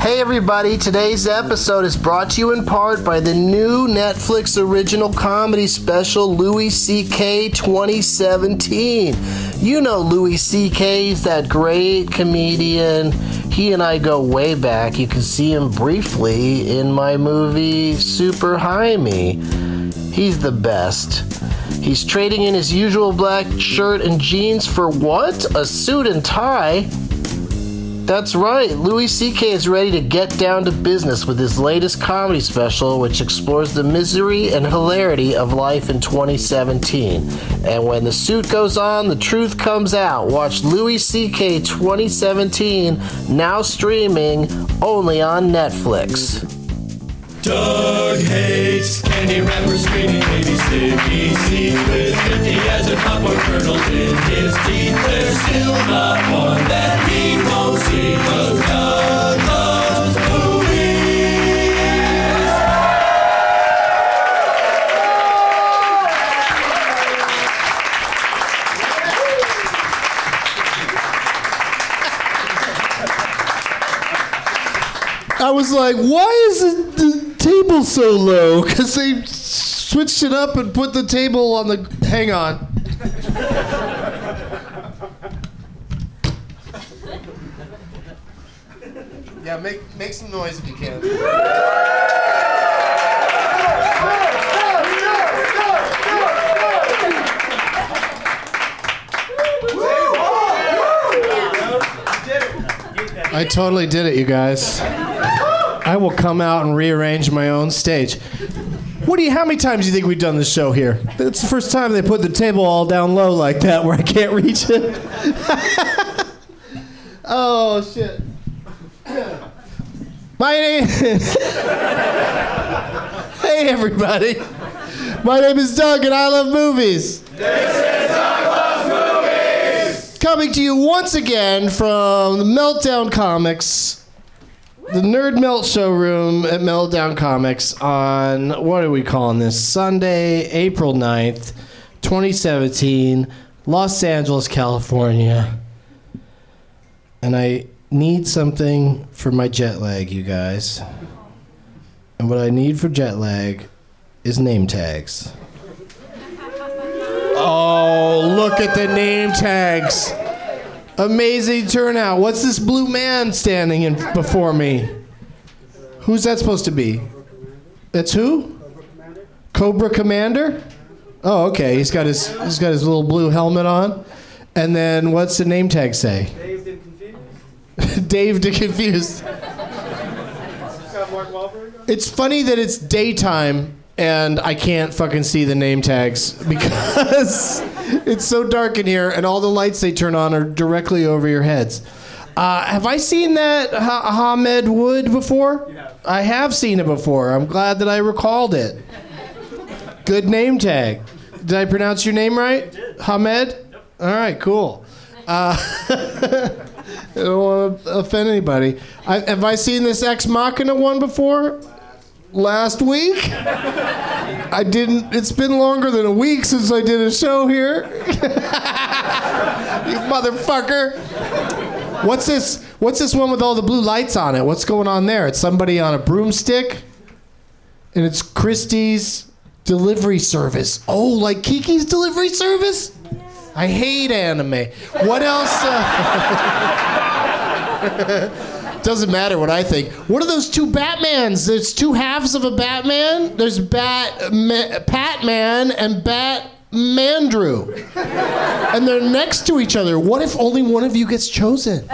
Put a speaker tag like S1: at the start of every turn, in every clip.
S1: Hey, everybody, today's episode is brought to you in part by the new Netflix original comedy special Louis C.K. 2017. You know, Louis C.K. is that great comedian. He and I go way back. You can see him briefly in my movie Super Jaime. He's the best. He's trading in his usual black shirt and jeans for what? A suit and tie? That's right. Louis C.K. is ready to get down to business with his latest comedy special, which explores the misery and hilarity of life in 2017. And when the suit goes on, the truth comes out. Watch Louis C.K. 2017, now streaming only on Netflix.
S2: Doug hates candy wrappers, screaming baby sticky seeds with 50 as if popcorn kernels in his teeth. There's still not one that he won't see. 'cause Doug loves movies.
S3: I was like, why is it the table so low? Because they switched it up and put the table on the. Hang on. yeah, make make some noise if you can. I totally did it, you guys. I will come out and rearrange my own stage. What do you? How many times do you think we've done this show here? It's the first time they put the table all down low like that, where I can't reach it. oh shit! My name. hey everybody! My name is Doug, and I love movies. Coming to you once again from the Meltdown Comics
S4: the Nerd Melt showroom at Meltdown Comics on what are we calling this? Sunday, April 9th, 2017, Los Angeles, California. And I need something for my jet lag, you guys. And what I need for jet lag is name tags. Oh, look at the name tags. Amazing turnout. What's this blue man standing in before me? Who's that supposed to be? That's who? Cobra Commander? Oh, okay. He's got his he's got his little blue helmet on. And then what's the name tag say? Dave the Confused. It's funny that it's daytime and I can't fucking see the name tags because it's so dark in here and all the lights they turn on are directly over your heads. Uh, have I seen that ha- Hamed Wood before? I have seen it before. I'm glad that I recalled it. Good name tag. Did I pronounce your name right? Hamed? All right, cool. Uh, I don't want to offend anybody. I, have I seen this Ex Machina one before? Last week? I didn't. It's been longer than a week since I did a show here. you motherfucker. What's this? What's this one with all the blue lights on it? What's going on there? It's somebody on a broomstick, and it's Christie's delivery service. Oh, like Kiki's delivery service? I hate anime. What else? Uh, Doesn't matter what I think. What are those two Batmans? There's two halves of a Batman. There's Bat Ma- Patman and Bat Mandrew. and they're next to each other. What if only one of you gets chosen?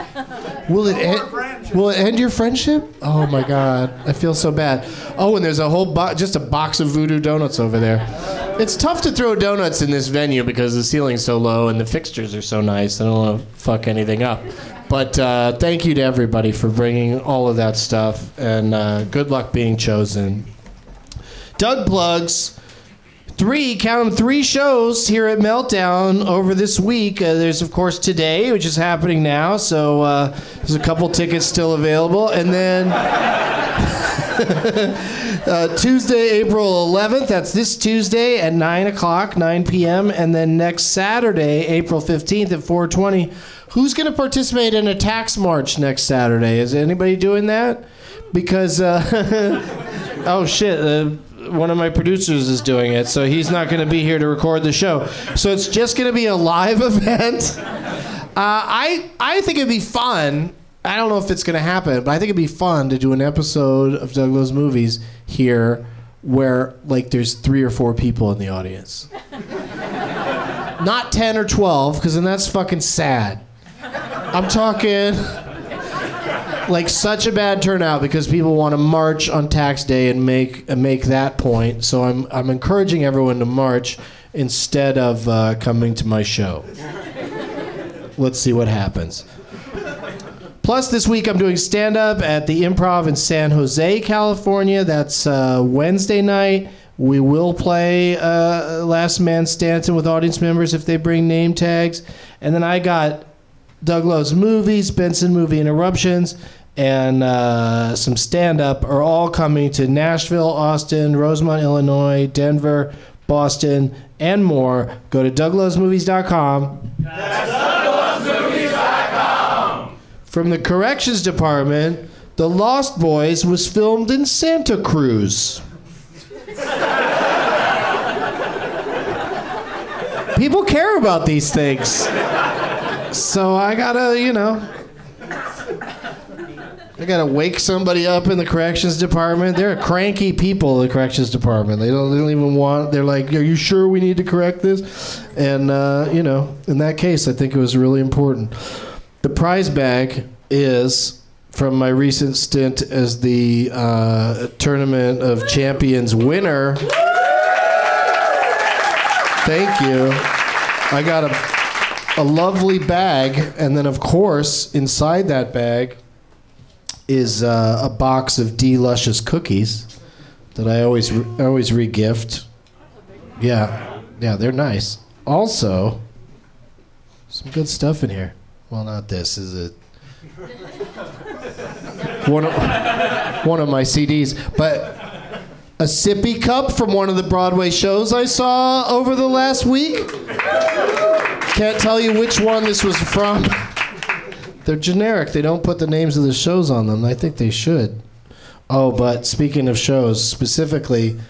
S4: Will it end? Will it end your friendship? Oh my God, I feel so bad. Oh, and there's a whole bo- just a box of voodoo donuts over there. It's tough to throw donuts in this venue because the ceiling's so low and the fixtures are so nice. I don't want to fuck anything up. But uh, thank you to everybody for bringing all of that stuff, and uh, good luck being chosen. Doug plugs three count 'em, three shows here at meltdown over this week uh, there's of course today which is happening now so uh, there's a couple tickets still available and then uh, tuesday april 11th that's this tuesday at 9 o'clock 9 p.m and then next saturday april 15th at 4.20 who's going to participate in a tax march next saturday is anybody doing that because uh, Oh shit! Uh, one of my producers is doing it, so he's not going to be here to record the show. So it's just going to be a live event. Uh, I I think it'd be fun. I don't know if it's going to happen, but I think it'd be fun to do an episode of Douglas Movies here, where like there's three or four people in the audience, not ten or twelve, because then that's fucking sad. I'm talking like such a bad turnout because people want to march on tax day and make and make that point. So I'm I'm encouraging everyone to march instead of uh, coming to my show. Let's see what happens. Plus, this week I'm doing stand up at the Improv in San Jose, California. That's uh, Wednesday night. We will play uh, Last Man Stanton with audience members if they bring name tags. And then I got Doug Love's movies, Benson movie interruptions, and uh, some stand up are all coming to Nashville, Austin, Rosemont, Illinois, Denver, Boston, and more. Go to douglovesmovies.com. From the corrections department, The Lost Boys was filmed in Santa Cruz. People care about these things. So I gotta, you know, I gotta wake somebody up in the corrections department. They're cranky people. The corrections department. They don't, they don't even want. They're like, "Are you sure we need to correct this?" And uh, you know, in that case, I think it was really important. The prize bag is from my recent stint as the uh, tournament of champions winner. Thank you. I got a a lovely bag, and then of course inside that bag is uh, a box of D Luscious cookies that I always I always regift. Yeah, yeah, they're nice. Also, some good stuff in here. Well, not this. Is it one of, one of my CDs, but a sippy cup from one of the Broadway shows I saw over the last week. Can't tell you which one this was from. They're generic. They don't put the names of the shows on them. I think they should. Oh, but speaking of shows specifically,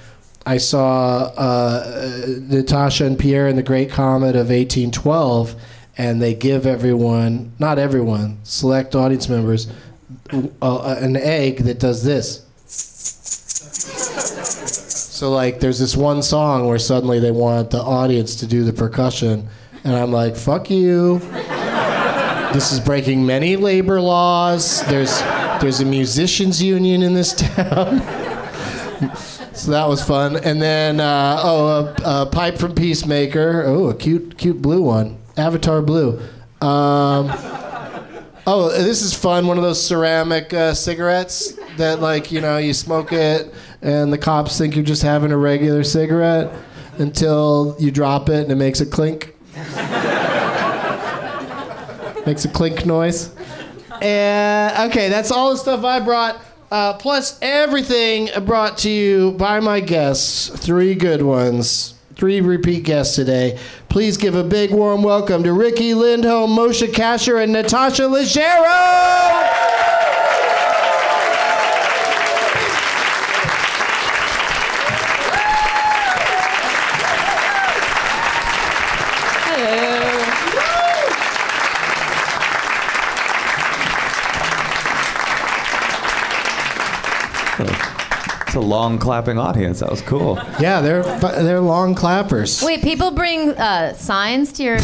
S4: I saw uh, uh, Natasha and Pierre in the Great Comet of 1812, and they give everyone, not everyone, select audience members, uh, an egg that does this. So like, there's this one song where suddenly they want the audience to do the percussion, and I'm like, "Fuck you! this is breaking many labor laws. There's there's a musicians union in this town." so that was fun. And then uh, oh, a, a pipe from Peacemaker. Oh, a cute cute blue one, Avatar blue. Um, Oh, this is fun. One of those ceramic uh, cigarettes that, like, you know, you smoke it, and the cops think you're just having a regular cigarette until you drop it and it makes a clink. makes a clink noise. And, okay, that's all the stuff I brought. Uh, plus, everything brought to you by my guests. Three good ones. Three repeat guests today. Please give a big warm welcome to Ricky Lindholm, Moshe Kasher, and Natasha Leggero.
S5: It's a long clapping audience. That was cool.
S4: Yeah, they're fu- they're long clappers.
S6: Wait, people bring uh, signs to your.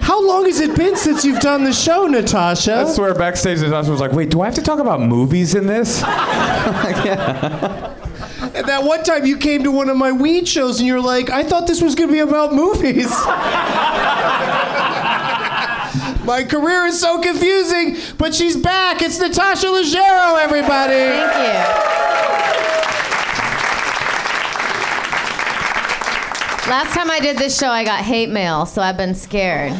S4: How long has it been since you've done the show, Natasha?
S5: I swear, backstage, Natasha was like, "Wait, do I have to talk about movies in this?"
S4: And that one time you came to one of my weed shows and you're like, I thought this was going to be about movies. my career is so confusing, but she's back. It's Natasha Leggero, everybody.
S6: Thank you. Last time I did this show, I got hate mail, so I've been scared.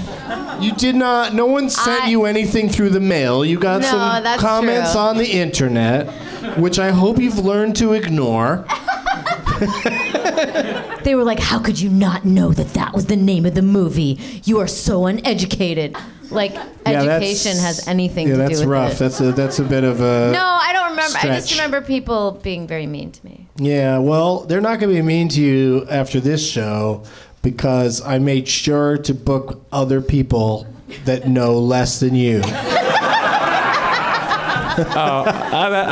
S4: You did not. No one sent
S6: I-
S4: you anything through the mail. You got
S6: No,
S4: some
S6: that's
S4: comments
S6: true.
S4: on the internet, which I hope you've learned to ignore.
S7: They were like, How could you not know that that was the name of the movie? You are so uneducated.
S6: Like
S4: Yeah, that's-
S6: education has anything
S4: yeah,
S6: to
S4: that's
S6: do with
S4: rough.
S6: it.
S4: That's a that's a bit of a
S6: no, I don't remember. I just
S4: Stretch.
S6: remember people being very mean to me.
S4: Yeah, well, they're not going to be mean to you after this show because I made sure to book other people that know less than you.
S5: I, I-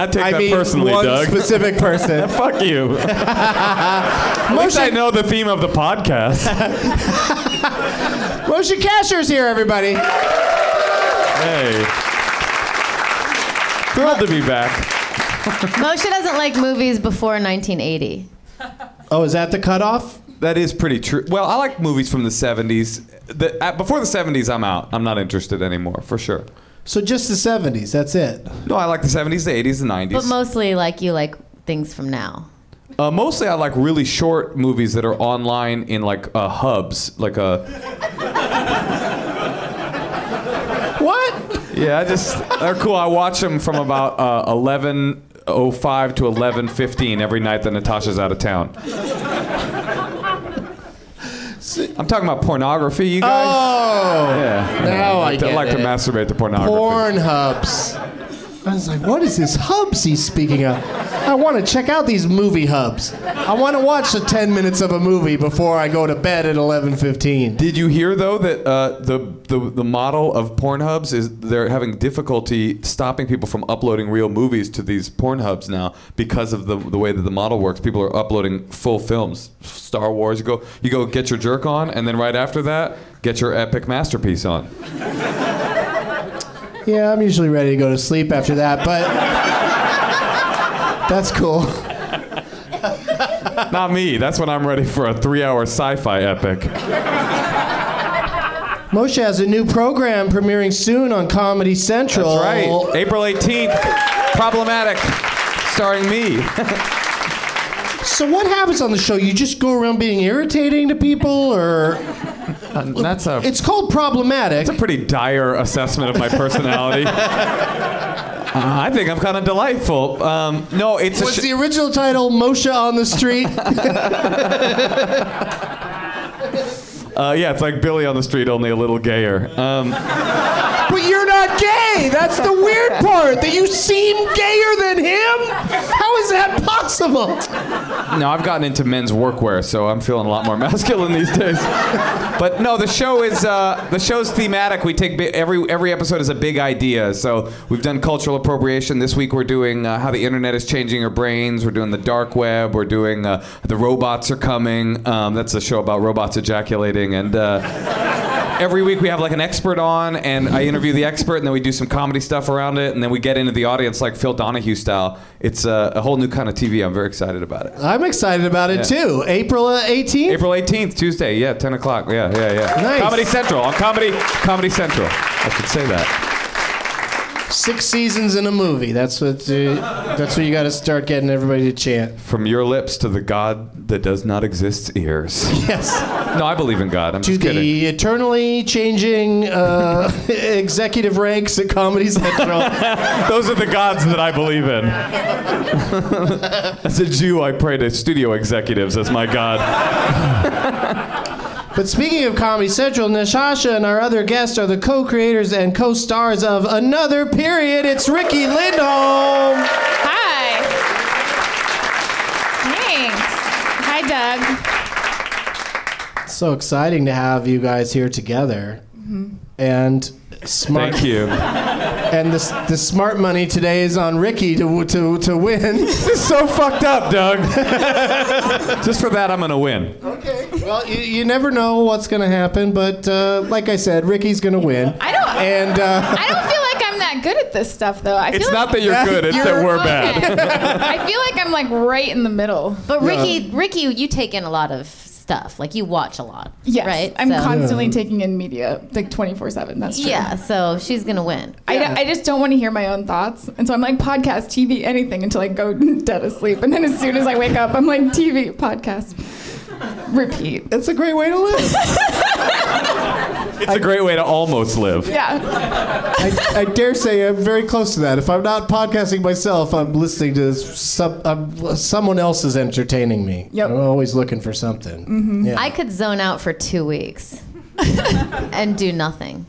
S5: I take
S4: I
S5: that
S4: mean,
S5: personally,
S4: one
S5: Doug.
S4: specific person.
S5: Fuck you. At least I know the theme of the podcast.
S4: Moshe Kasher's here, everybody.
S5: hey, thrilled to be back.
S6: Moshe doesn't like movies before 1980.
S4: Oh, is that the cutoff?
S5: That is pretty true. Well, I like movies from the '70s. The, uh, before the '70s, I'm out. I'm not interested anymore, for sure.
S4: So just the 70s, that's it.
S5: No, I like the '70s, the '80s, the '90s.
S6: But mostly, like you like things from now.
S5: Uh, mostly, I like really short movies that are online in like uh, hubs, like uh, a
S4: What?
S5: yeah. I just they're cool. I watch them from about uh, eleven oh five to eleven fifteen every night that Natasha's out of town. I'm talking about pornography, you guys.
S4: Oh,
S5: yeah.
S4: now I get
S5: like
S4: it.
S5: to masturbate to pornography.
S4: Porn hubs. I was like, what is this hubs he's speaking of? I want to check out these movie hubs. I want to watch the 10 minutes of a movie before I go to bed at 11:15.
S5: Did you hear though that uh, the, the the model of Pornhubs is they're having difficulty stopping people from uploading real movies to these Pornhubs now because of the the way that the model works. People are uploading full films, Star Wars. You go you go get your jerk on, and then right after that, get your epic masterpiece on.
S4: Yeah, I'm usually ready to go to sleep after that, but that's cool.
S5: Not me. That's when I'm ready for a three-hour sci-fi epic.
S4: Moshe has a new program premiering soon on Comedy Central.
S5: That's right. April 18th, problematic, starring me.
S4: So what happens on the show? You just go around being irritating to people, or
S5: that's a
S4: it's called problematic.
S5: That's a pretty dire assessment of my personality. Uh, I think I'm kind of delightful. Um, no, it's
S4: Was
S5: a sh-
S4: the original title Moshe on the Street?
S5: uh, yeah, it's like Billy on the street, only a little gayer. Um,
S4: but you're not gay. That's the weird part. That you seem gayer than him. How is that possible?
S5: no, I've gotten into men's workwear, so I'm feeling a lot more masculine these days. But no, the show is uh, the show's thematic. We take bi- every every episode is a big idea. So we've done cultural appropriation. This week we're doing uh, how the internet is changing our brains. We're doing the dark web. We're doing uh, the robots are coming. Um, that's a show about robots ejaculating and. Uh, every week we have like an expert on and i interview the expert and then we do some comedy stuff around it and then we get into the audience like phil donahue style it's a, a whole new kind of tv i'm very excited about it
S4: I'm excited about it
S5: Yeah.
S4: too. April uh, 18th.
S5: april 18th tuesday yeah 10 o'clock yeah yeah yeah
S4: Nice.
S5: comedy central on comedy comedy central i should say that
S4: Six seasons in a movie. That's what. Uh, that's what you got to start getting everybody to chant.
S5: from your lips to the god that does not exist's ears
S4: Yes.
S5: no i believe in god i'm
S4: To
S5: just kidding
S4: the eternally changing uh, executive ranks at Comedy Central.
S5: Those are the gods that I believe in. As a Jew, I pray to studio executives as my god.
S4: but speaking of Comedy Central, Natasha and our other guests are the co-creators and co-stars of Another Period. It's Ricky Lindholm.
S8: Hi. Thanks. Hi, Doug.
S4: So exciting to have you guys here together. And smart.
S5: Thank you.
S4: And the, the smart money today is on Ricky to, to, to win.
S5: This is so fucked up, Doug. Just for that, I'm gonna win.
S4: Okay. Well, you, you never know what's going to happen, but uh, like I said, Ricky's going to win.
S8: I don't.
S4: And uh,
S8: I don't feel like I'm that good at this stuff, though. I feel
S5: It's
S8: like,
S5: not that you're good; it's that we're bad.
S8: I feel like I'm like right in the middle.
S6: But Ricky, Ricky, you take in a lot of stuff. Like you watch a lot.
S8: Yes,
S6: Right.
S8: I'm
S6: so,
S8: constantly taking in media like 24 seven. That's true.
S6: Yeah. So she's gonna win.
S8: I, I just don't want to hear my own thoughts. And so I'm like podcast, TV, anything until I go dead asleep. And then as soon as I wake up, I'm like TV, podcast, repeat.
S4: it's a great way to live.
S5: It's a great way to almost live.
S8: Yeah.
S4: I, I dare say I'm very close to that. If I'm not podcasting myself, I'm listening to some, I'm, someone else is entertaining me.
S8: Yep.
S4: I'm always looking for something. Yeah.
S6: I could zone out for two weeks and do nothing.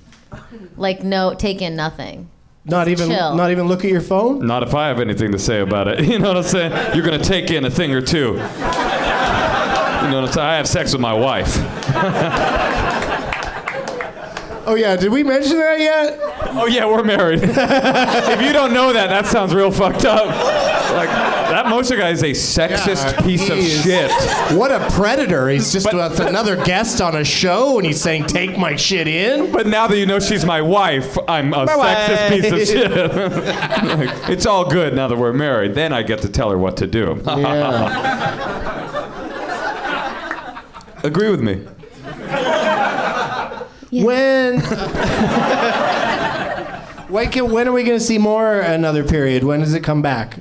S6: Like no, take in nothing.
S4: not even
S6: chill.
S4: not even look at your phone.
S5: Not if I have anything to say about it. You know what I'm saying? You're gonna take in a thing or two. You know what I'm saying? I have sex with my wife.
S4: Oh yeah, did we mention that yet?
S5: Oh yeah, we're married. if you don't know that, that sounds real fucked up. Like that Moshe guy is a sexist
S4: Yeah,
S5: piece of
S4: he is.
S5: shit.
S4: What a predator! He's just
S5: But-
S4: with another guest on a show, and he's saying, "Take my shit in."
S5: But now that you know she's my wife, I'm a sexist
S4: wife.
S5: piece of shit. Like, it's all good now that we're married. Then I get to tell her what to do.
S4: Yeah.
S5: Agree with me.
S4: When? when, can, when are we going to see more another period? When does it come back?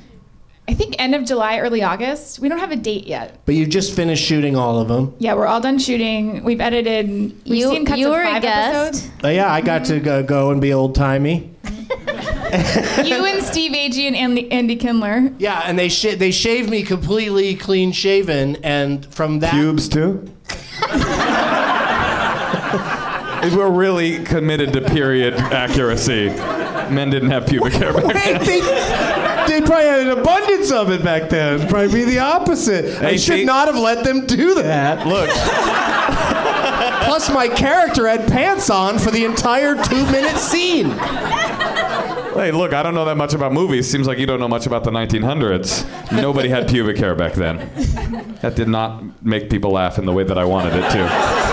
S8: I think end of July, early August. We don't have a date yet.
S4: But you just finished shooting all of them.
S8: Yeah, we're all done shooting. We've edited. We've
S6: you
S8: seen cuts
S6: you
S8: of
S6: were
S8: five
S6: a guest.
S8: episodes.
S4: Uh, yeah, I got to go, go and be old timey.
S8: You and Steve Agee and Andy, Andy Kindler.
S4: Yeah, and they sh- they shaved me completely clean shaven, and from that
S5: Pubes too. We're really committed to period accuracy. Men didn't have pubic hair back then.
S4: they, they probably had an abundance of it back then. It'd Probably be the opposite. I
S5: Hey,
S4: should
S5: see-
S4: not have let them do that.
S5: Look,
S4: Plus, my character had pants on for the entire two-minute scene.
S5: hey, look. I don't know that much about movies. Seems like you don't know much about the 1900s. Nobody had pubic hair back then. That did not make people laugh in the way that I wanted it to.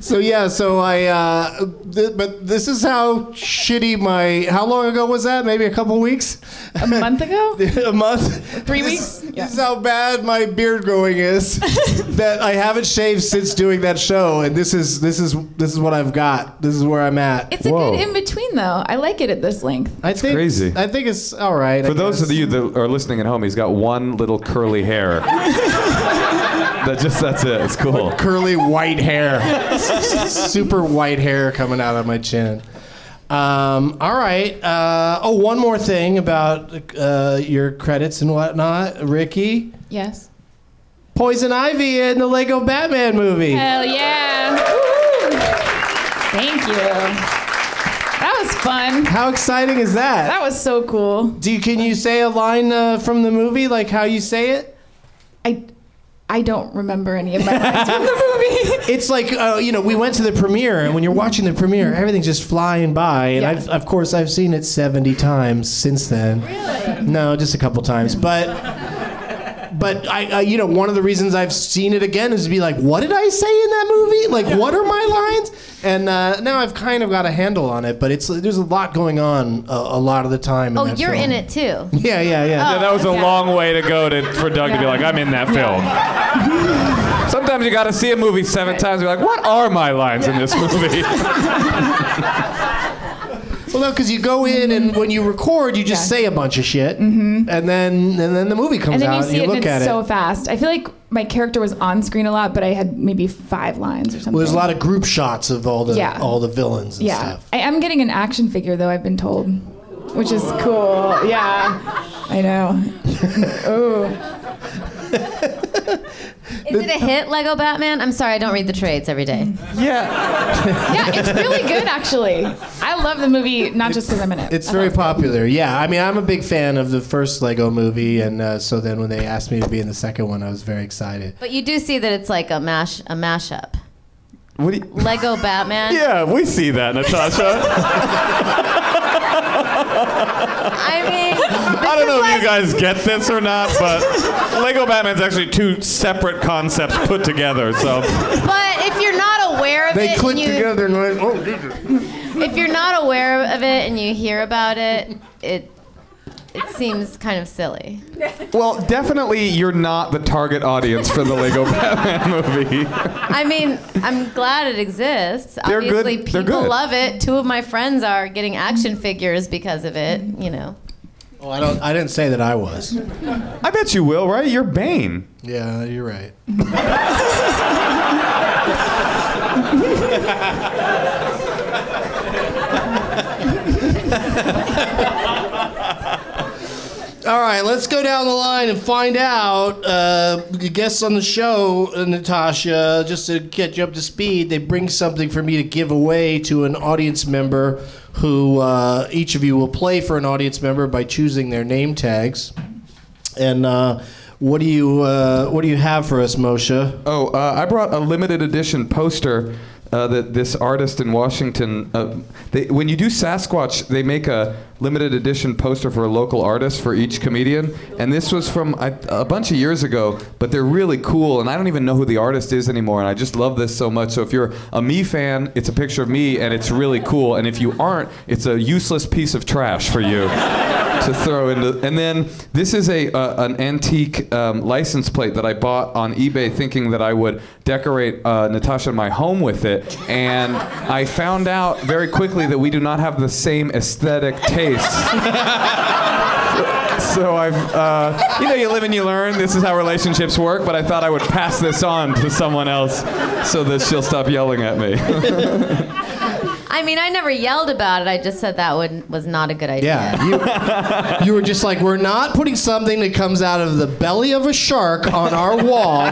S4: So yeah, so I. Uh, th- but this is how shitty my. How long ago was that? Maybe a couple weeks.
S8: A month ago?
S4: a month.
S8: Three
S4: This-
S8: weeks? Yeah.
S4: This is how bad my beard growing is. that I haven't shaved since doing that show, and this is this is this is what I've got. This is where I'm at.
S8: It's a good in between though. I like it at this length.
S4: I think,
S5: crazy.
S4: I think it's all right. I
S5: For those
S4: guess.
S5: of you that are listening at home, he's got one little curly hair. that just that's it. It's cool.
S4: curly white hair, super white hair coming out of my chin. Um, all right. Uh, oh, one more thing about uh, your credits and whatnot, Ricky.
S8: Yes.
S4: Poison Ivy in the Lego Batman movie.
S8: Hell yeah. Woo. Thank you. That was fun.
S4: How exciting is that?
S8: That was so cool.
S4: Do you, can you say a line uh, from the movie, like how you say it?
S8: I I don't remember any of my lines from the movie.
S4: It's like uh, you know, we went to the premiere, and when you're watching the premiere, everything's just flying by. And
S8: Yeah.
S4: I've, of course, I've seen it 70 times since then. No, just a couple times, but but I, I you know one of the reasons I've seen it again is to be like, what did I say in that movie? Like, what are my lines? And uh, now I've kind of got a handle on it, but it's there's a lot going on a, a lot of the time. in
S6: Oh,
S4: that
S6: you're
S4: film.
S6: in it Oh, too.
S4: Yeah, yeah, yeah.
S5: Yeah, that was a long way to go to, for Doug to be like, I'm in that film. Sometimes you got to see a movie seven times. You're like, what are my lines in this movie?
S4: Well, no, because you go in and when you record, you just
S8: Mm-hmm.
S4: say
S8: Yeah.
S4: a bunch of shit, mm-hmm. and then and then the movie comes
S8: and then
S4: out
S8: you see
S4: and you
S8: it
S4: look
S8: and
S4: at
S8: it's so
S4: it.
S8: fast. I feel like my character was on screen a lot, but I had maybe five lines or something.
S4: Well, there's a lot of group shots of all the
S8: Yeah.
S4: all the villains and
S8: yeah.
S4: stuff.
S8: I am getting an action figure though, I've been told. Which is cool. Yeah. I know.
S6: Is it a hit, Lego Batman? I'm sorry, I don't read the trades every day.
S5: Mm.
S4: Yeah,
S8: Yeah, it's really good actually. I love the movie not just because I'm in it.
S4: it's
S8: I
S4: very
S8: thought
S4: popular. Yeah, I mean, I'm a big fan of the first Lego movie, and uh, so then when they asked me to be in the second one, I was very excited.
S6: But you do see that it's like a mash a mashup.
S5: What do you-
S6: Lego Batman.
S5: yeah, we see that, Natasha.
S6: I mean,
S5: I don't know if you guys get this or not, but Lego Batman's actually two separate concepts put together. So
S6: but if you're not aware of
S4: They
S6: it,
S4: clicked
S6: and you,
S4: together and went, "Oh, did you?"
S6: if you're not aware of it and you hear about it, it it seems kind of silly.
S5: Well, definitely you're not the target audience for the Lego Batman movie.
S6: I mean, I'm glad it exists.
S5: They're good-
S6: Obviously,
S5: they're
S6: people
S5: good.
S6: love it. Two of my friends are getting action figures because of it. You know,
S4: Oh, I don't. I didn't say that I was.
S5: I bet you will, right? You're Bane.
S4: Yeah, you're right. All right, let's go down the line and find out. Uh, the guests on the show, uh, Natasha, just to get you up to speed, they bring something for me to give away to an audience member who uh, each of you will play for an audience member by choosing their name tags. And uh, what do you uh, what do you have for us, Moshe?
S5: Oh, uh, I brought a limited edition poster uh, that this artist in Washington. Uh, they, when you do Sasquatch, they make a limited edition poster for a local artist for each comedian, and this was from I, a bunch of years ago. But they're really cool, and I don't even know who the artist is anymore. And I just love this so much. So if you're a me fan, it's a picture of me, and it's really cool. And if you aren't, it's a useless piece of trash for you. to throw into. And then this is a uh, an antique um, license plate that I bought on eBay, thinking that I would decorate uh, Natasha and my home with it. And I found out very quickly that we do not have the same aesthetic tastes. So I've, uh, you know, you live and you learn. This is how relationships work. But I thought I would pass this on to someone else, so that she'll stop yelling at me.
S6: I mean, I never yelled about it. I just said that would, was not a good idea.
S4: Yeah, you, you were just like, we're not putting something that comes out of the belly of a shark on our wall.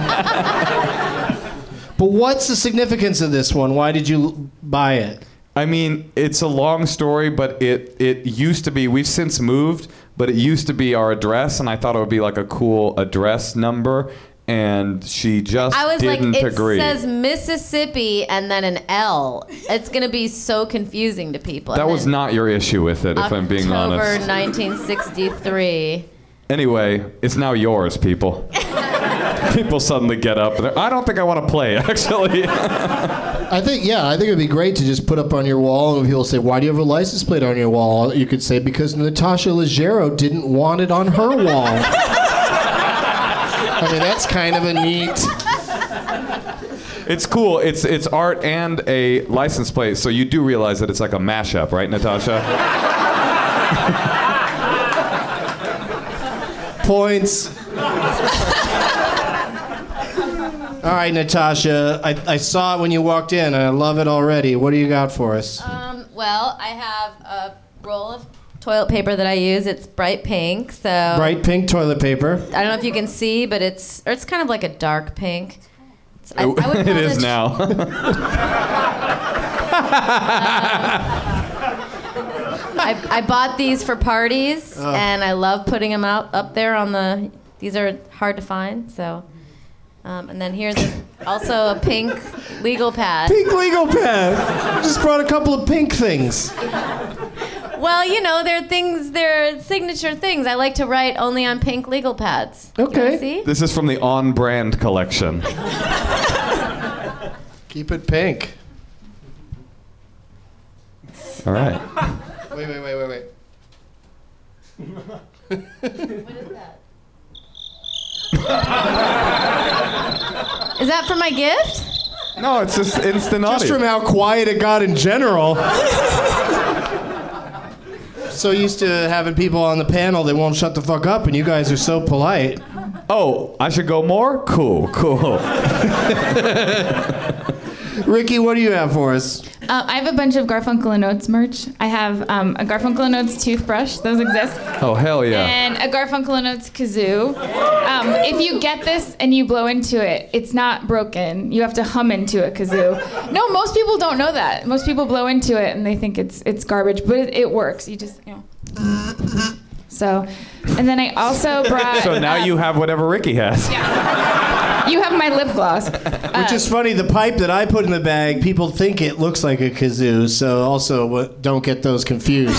S4: but what's the significance of this one? Why did you l- buy it?
S5: I mean, it's a long story, but it it used to be. We've since moved, but it used to be our address, and I thought it would be like a cool address number. And she just
S6: I was like,
S5: didn't
S6: it
S5: agree.
S6: says Mississippi and then an L. It's gonna be so confusing to people.
S5: that
S6: And
S5: was
S6: then
S5: not your issue with it, if I'm being honest.
S6: October 1963.
S5: Anyway, it's now yours, people. people suddenly get up. and they're, I don't think I want to play. Actually,
S9: I think yeah, I think it'd be great to just put up on your wall, and people say, "Why do you have a license plate on your wall?" You could say, "Because Natasha Leggero didn't want it on her wall." I mean, that's kind of a neat.
S5: It's cool. It's it's art and a license plate. So you do realize that it's like a mashup, right, Natasha?
S4: Points. All right, Natasha. I, I saw it when you walked in, and I love it already. What do you got for us?
S6: Um, well, I have a roll of toilet paper that I use. It's bright pink, so
S4: Bright pink toilet paper.
S6: I don't know if you can see, but it's or it's kind of like a dark pink. It's- I- I would call
S5: it is
S6: this-
S5: now.
S6: I, I bought these for parties,
S5: Oh.
S6: and I love putting them out up there on the. These are hard to find, so. Um, and then here's a, also a pink legal pad.
S4: Pink legal pad. I just brought a couple of pink things.
S6: Well, you know, they're things, they're signature things. I like to write only on pink legal pads. You wanna See?
S5: this is from the On Brand collection.
S4: Keep it pink.
S5: All right.
S4: Wait, wait, wait, wait, wait.
S6: Is that for my gift?
S5: No, it's just instant
S4: Just from how quiet it got in general. so used to having people on the panel that won't shut the fuck up, and you guys are so polite.
S5: Oh, I should go more? Cool, cool.
S4: Ricky, what do you have for us?
S8: Uh, I have a bunch of Garfunkel and Oates merch. I have um, a Garfunkel and Oates toothbrush. Those exist.
S5: Oh, hell yeah.
S8: And a Garfunkel and Oates kazoo. Um, if you get this and you blow into it, it's not broken. You have to hum into a kazoo. No, most people don't know that. Most people blow into it and they think it's it's garbage, but it, it works. You just you know. So, and then I also brought.
S5: So now you have whatever Ricky has.
S8: you have my lip gloss.
S4: Which is funny. The pipe that I put in the bag, people think it looks like a kazoo. So also, what- don't get those confused.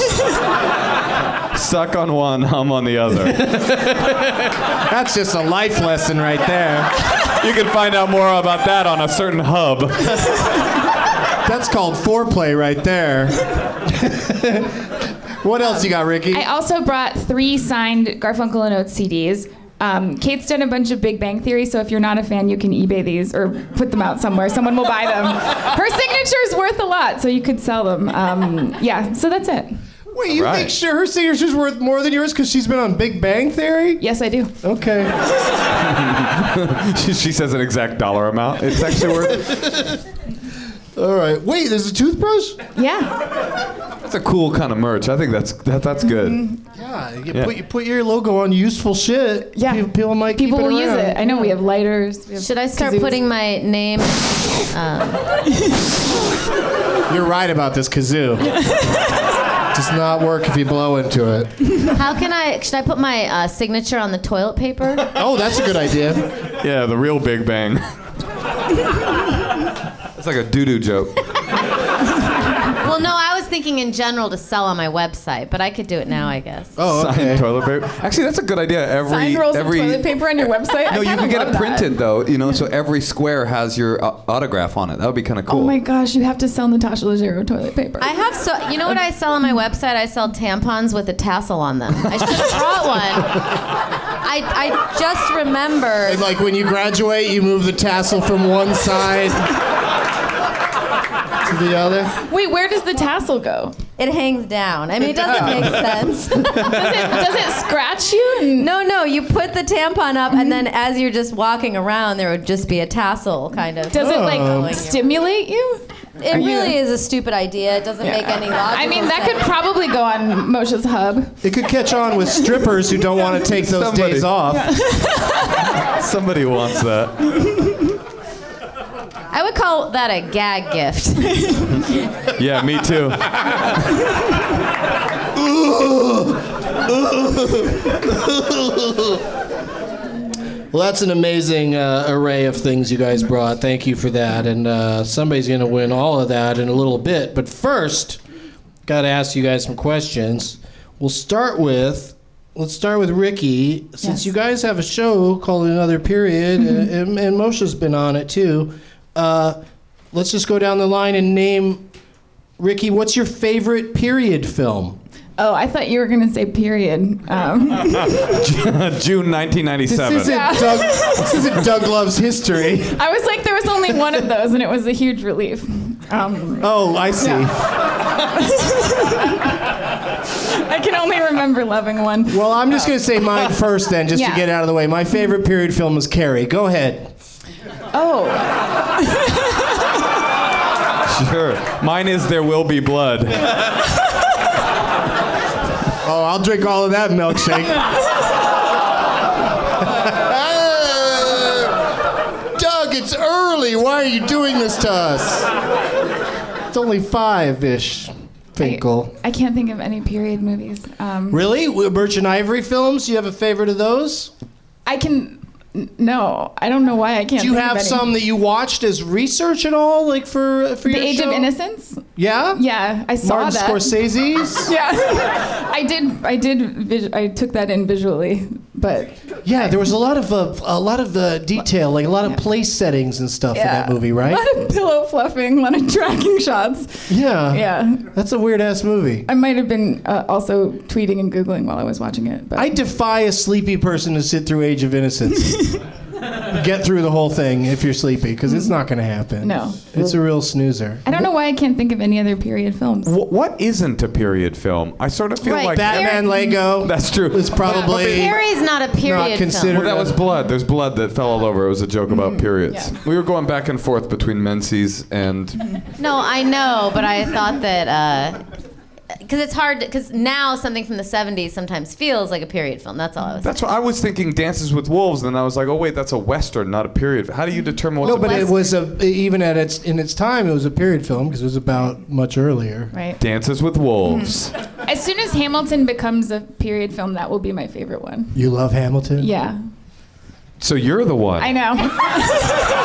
S5: Suck on one, hum on the other.
S4: That's just a life lesson right there.
S5: You can find out more about that on a certain hub.
S4: That's called foreplay right there. what else you got, Ricky?
S8: I also brought three signed Garfunkel and Oates CDs. Um, Kate's done a bunch of Big Bang Theory, so if you're not a fan, you can eBay these or put them out somewhere. Someone will buy them. Her signature is worth a lot, so you could sell them. Um, yeah, so that's it.
S4: Wait, you think she, her signature's worth more than yours because she's been on Big Bang Theory?
S8: Yes, I do.
S4: Okay.
S5: she, she says an exact dollar amount. It's actually worth.
S4: All right. Wait, there's a toothbrush?
S8: Yeah.
S5: That's a cool kind of merch. I think that's that, that's good.
S8: Mm-hmm.
S4: Yeah. You,
S5: Yeah.
S4: Put, you put your logo on useful shit.
S8: Yeah.
S4: People, people might
S8: People
S4: keep it
S8: will use
S4: around.
S8: it. I know we have lighters. We have
S6: Should I start
S8: kazoos.
S6: putting my name? Um,
S4: You're right about this kazoo. Does not work if you blow into it.
S6: how can I? Should I put my uh, signature on the toilet paper?
S4: Oh, that's a good idea.
S5: Yeah, the real Big Bang. It's like a doo doo joke.
S6: Well, no, I was thinking in general to sell on my website, but I could do it now, I guess.
S4: Oh,
S5: Signed
S4: okay.
S5: toilet paper. Actually, that's a good idea. Every
S8: Signed rolls
S5: every
S8: of toilet paper on your website? I
S5: no, you
S8: kinda
S5: can get
S8: love
S5: it
S8: that.
S5: printed though. You know, so every square has your au- autograph on it. That would be kind of cool.
S8: Oh my gosh, you have to sell Natasha Leggero toilet paper.
S6: I have so you know what I sell on my website? I sell tampons with a tassel on them. I should have brought one. I, I just remembered.
S4: And like when you graduate, you move the tassel from one side to the other.
S8: Wait, where does the tassel go?
S6: It hangs down. I mean, it doesn't make sense.
S8: Does it, does it scratch you? And-
S6: No, no, you put the tampon up, and then as you're just walking around, there would just be a tassel, kind of.
S8: Does it like
S4: Um,
S6: Going-
S8: stimulate you?
S6: It really is a stupid idea. It doesn't make any logical
S8: I mean, that could
S6: sense.
S8: probably go on Moshe's hub.
S4: It could catch on with strippers who don't want to take those
S5: Somebody.
S4: days off.
S5: Somebody wants that.
S6: I would call that a gag gift.
S5: Yeah, me too.
S4: Well, that's an amazing uh, array of things you guys brought. Thank you for that. And uh, somebody's going to win all of that in a little bit. But first, got to ask you guys some questions. We'll start with let's start with Ricky since
S8: Yes.
S4: you guys have a show called Another Period and, and Moshe's been on it too. Uh, Let's just go down the line and name Ricky. What's your favorite period film?
S8: Oh, I thought you were gonna say period. Um,
S5: June 1997.
S4: This isn't,
S8: Yeah.
S4: Doug, this isn't Doug Love's history.
S8: I was like, there was only one of those, and it was a huge relief. Um,
S4: Oh, I see.
S8: I can only remember loving one.
S4: Well, I'm just going to say mine first then, just to
S8: Yeah.
S4: get out of the way. My favorite period film was Carrie. Go ahead.
S8: Oh,
S5: Sure. Mine is There Will Be Blood.
S4: Oh, I'll drink all of that milkshake.
S10: Doug, it's early. Why are you doing this to us?
S4: It's only five ish, Finkel.
S8: I can't think of any period movies. Um,
S4: Really? W- Merchant Ivory films? You have a favorite of those?
S8: I can. n- No, I don't know why I can't.
S4: Do you
S8: think of
S4: have
S8: any.
S4: some that you watched as research at all, like for uh, for
S8: The
S4: your
S8: Age
S4: show?
S8: of Innocence.
S4: Yeah.
S8: Yeah, I saw
S4: Martin
S8: that.
S4: Scorsese's.
S8: Yeah, I did. I did. Vis- I took that in visually, but
S4: Yeah, there was a lot of uh, a lot of uh, detail, like a lot of place settings and stuff in that movie,
S8: A
S4: right?
S8: lot of pillow fluffing, a lot of tracking shots.
S4: Yeah.
S8: Yeah,
S4: That's a weird ass movie.
S8: I might have been uh, also tweeting and googling while I was watching it. But
S4: I defy a sleepy person to sit through Age of Innocence. Get through the whole thing if you're sleepy, because it's not going to happen.
S8: No.
S4: It's a real snoozer.
S8: I don't know why I can't think of any other period films.
S5: Wh- what isn't a period film? I sort of feel
S6: Right,
S5: like
S4: Batman Lego
S5: that's true.
S4: is probably
S6: Carrie's not a period
S4: not considered.
S5: Well, that was
S4: a-
S5: blood. There's blood that fell all over. It was a joke about periods. We were going back and forth between menses and
S6: film. No, I know, but I thought that because it's hard because now something from the '70s sometimes feels like a period film. That's all I was.
S5: that's what I was thinking. Dances with Wolves, and then I was like, oh wait, that's a western, not a period. How do you determine what's
S4: No,
S5: a
S4: but it
S5: period?
S4: was a e, even at its in its time, it was a period film because it was about much earlier.
S8: Right.
S5: Dances with Wolves.
S8: As soon as Hamilton becomes a period film, that will be my favorite one.
S4: You love Hamilton?
S8: Yeah,
S5: So you're the one.
S8: I know.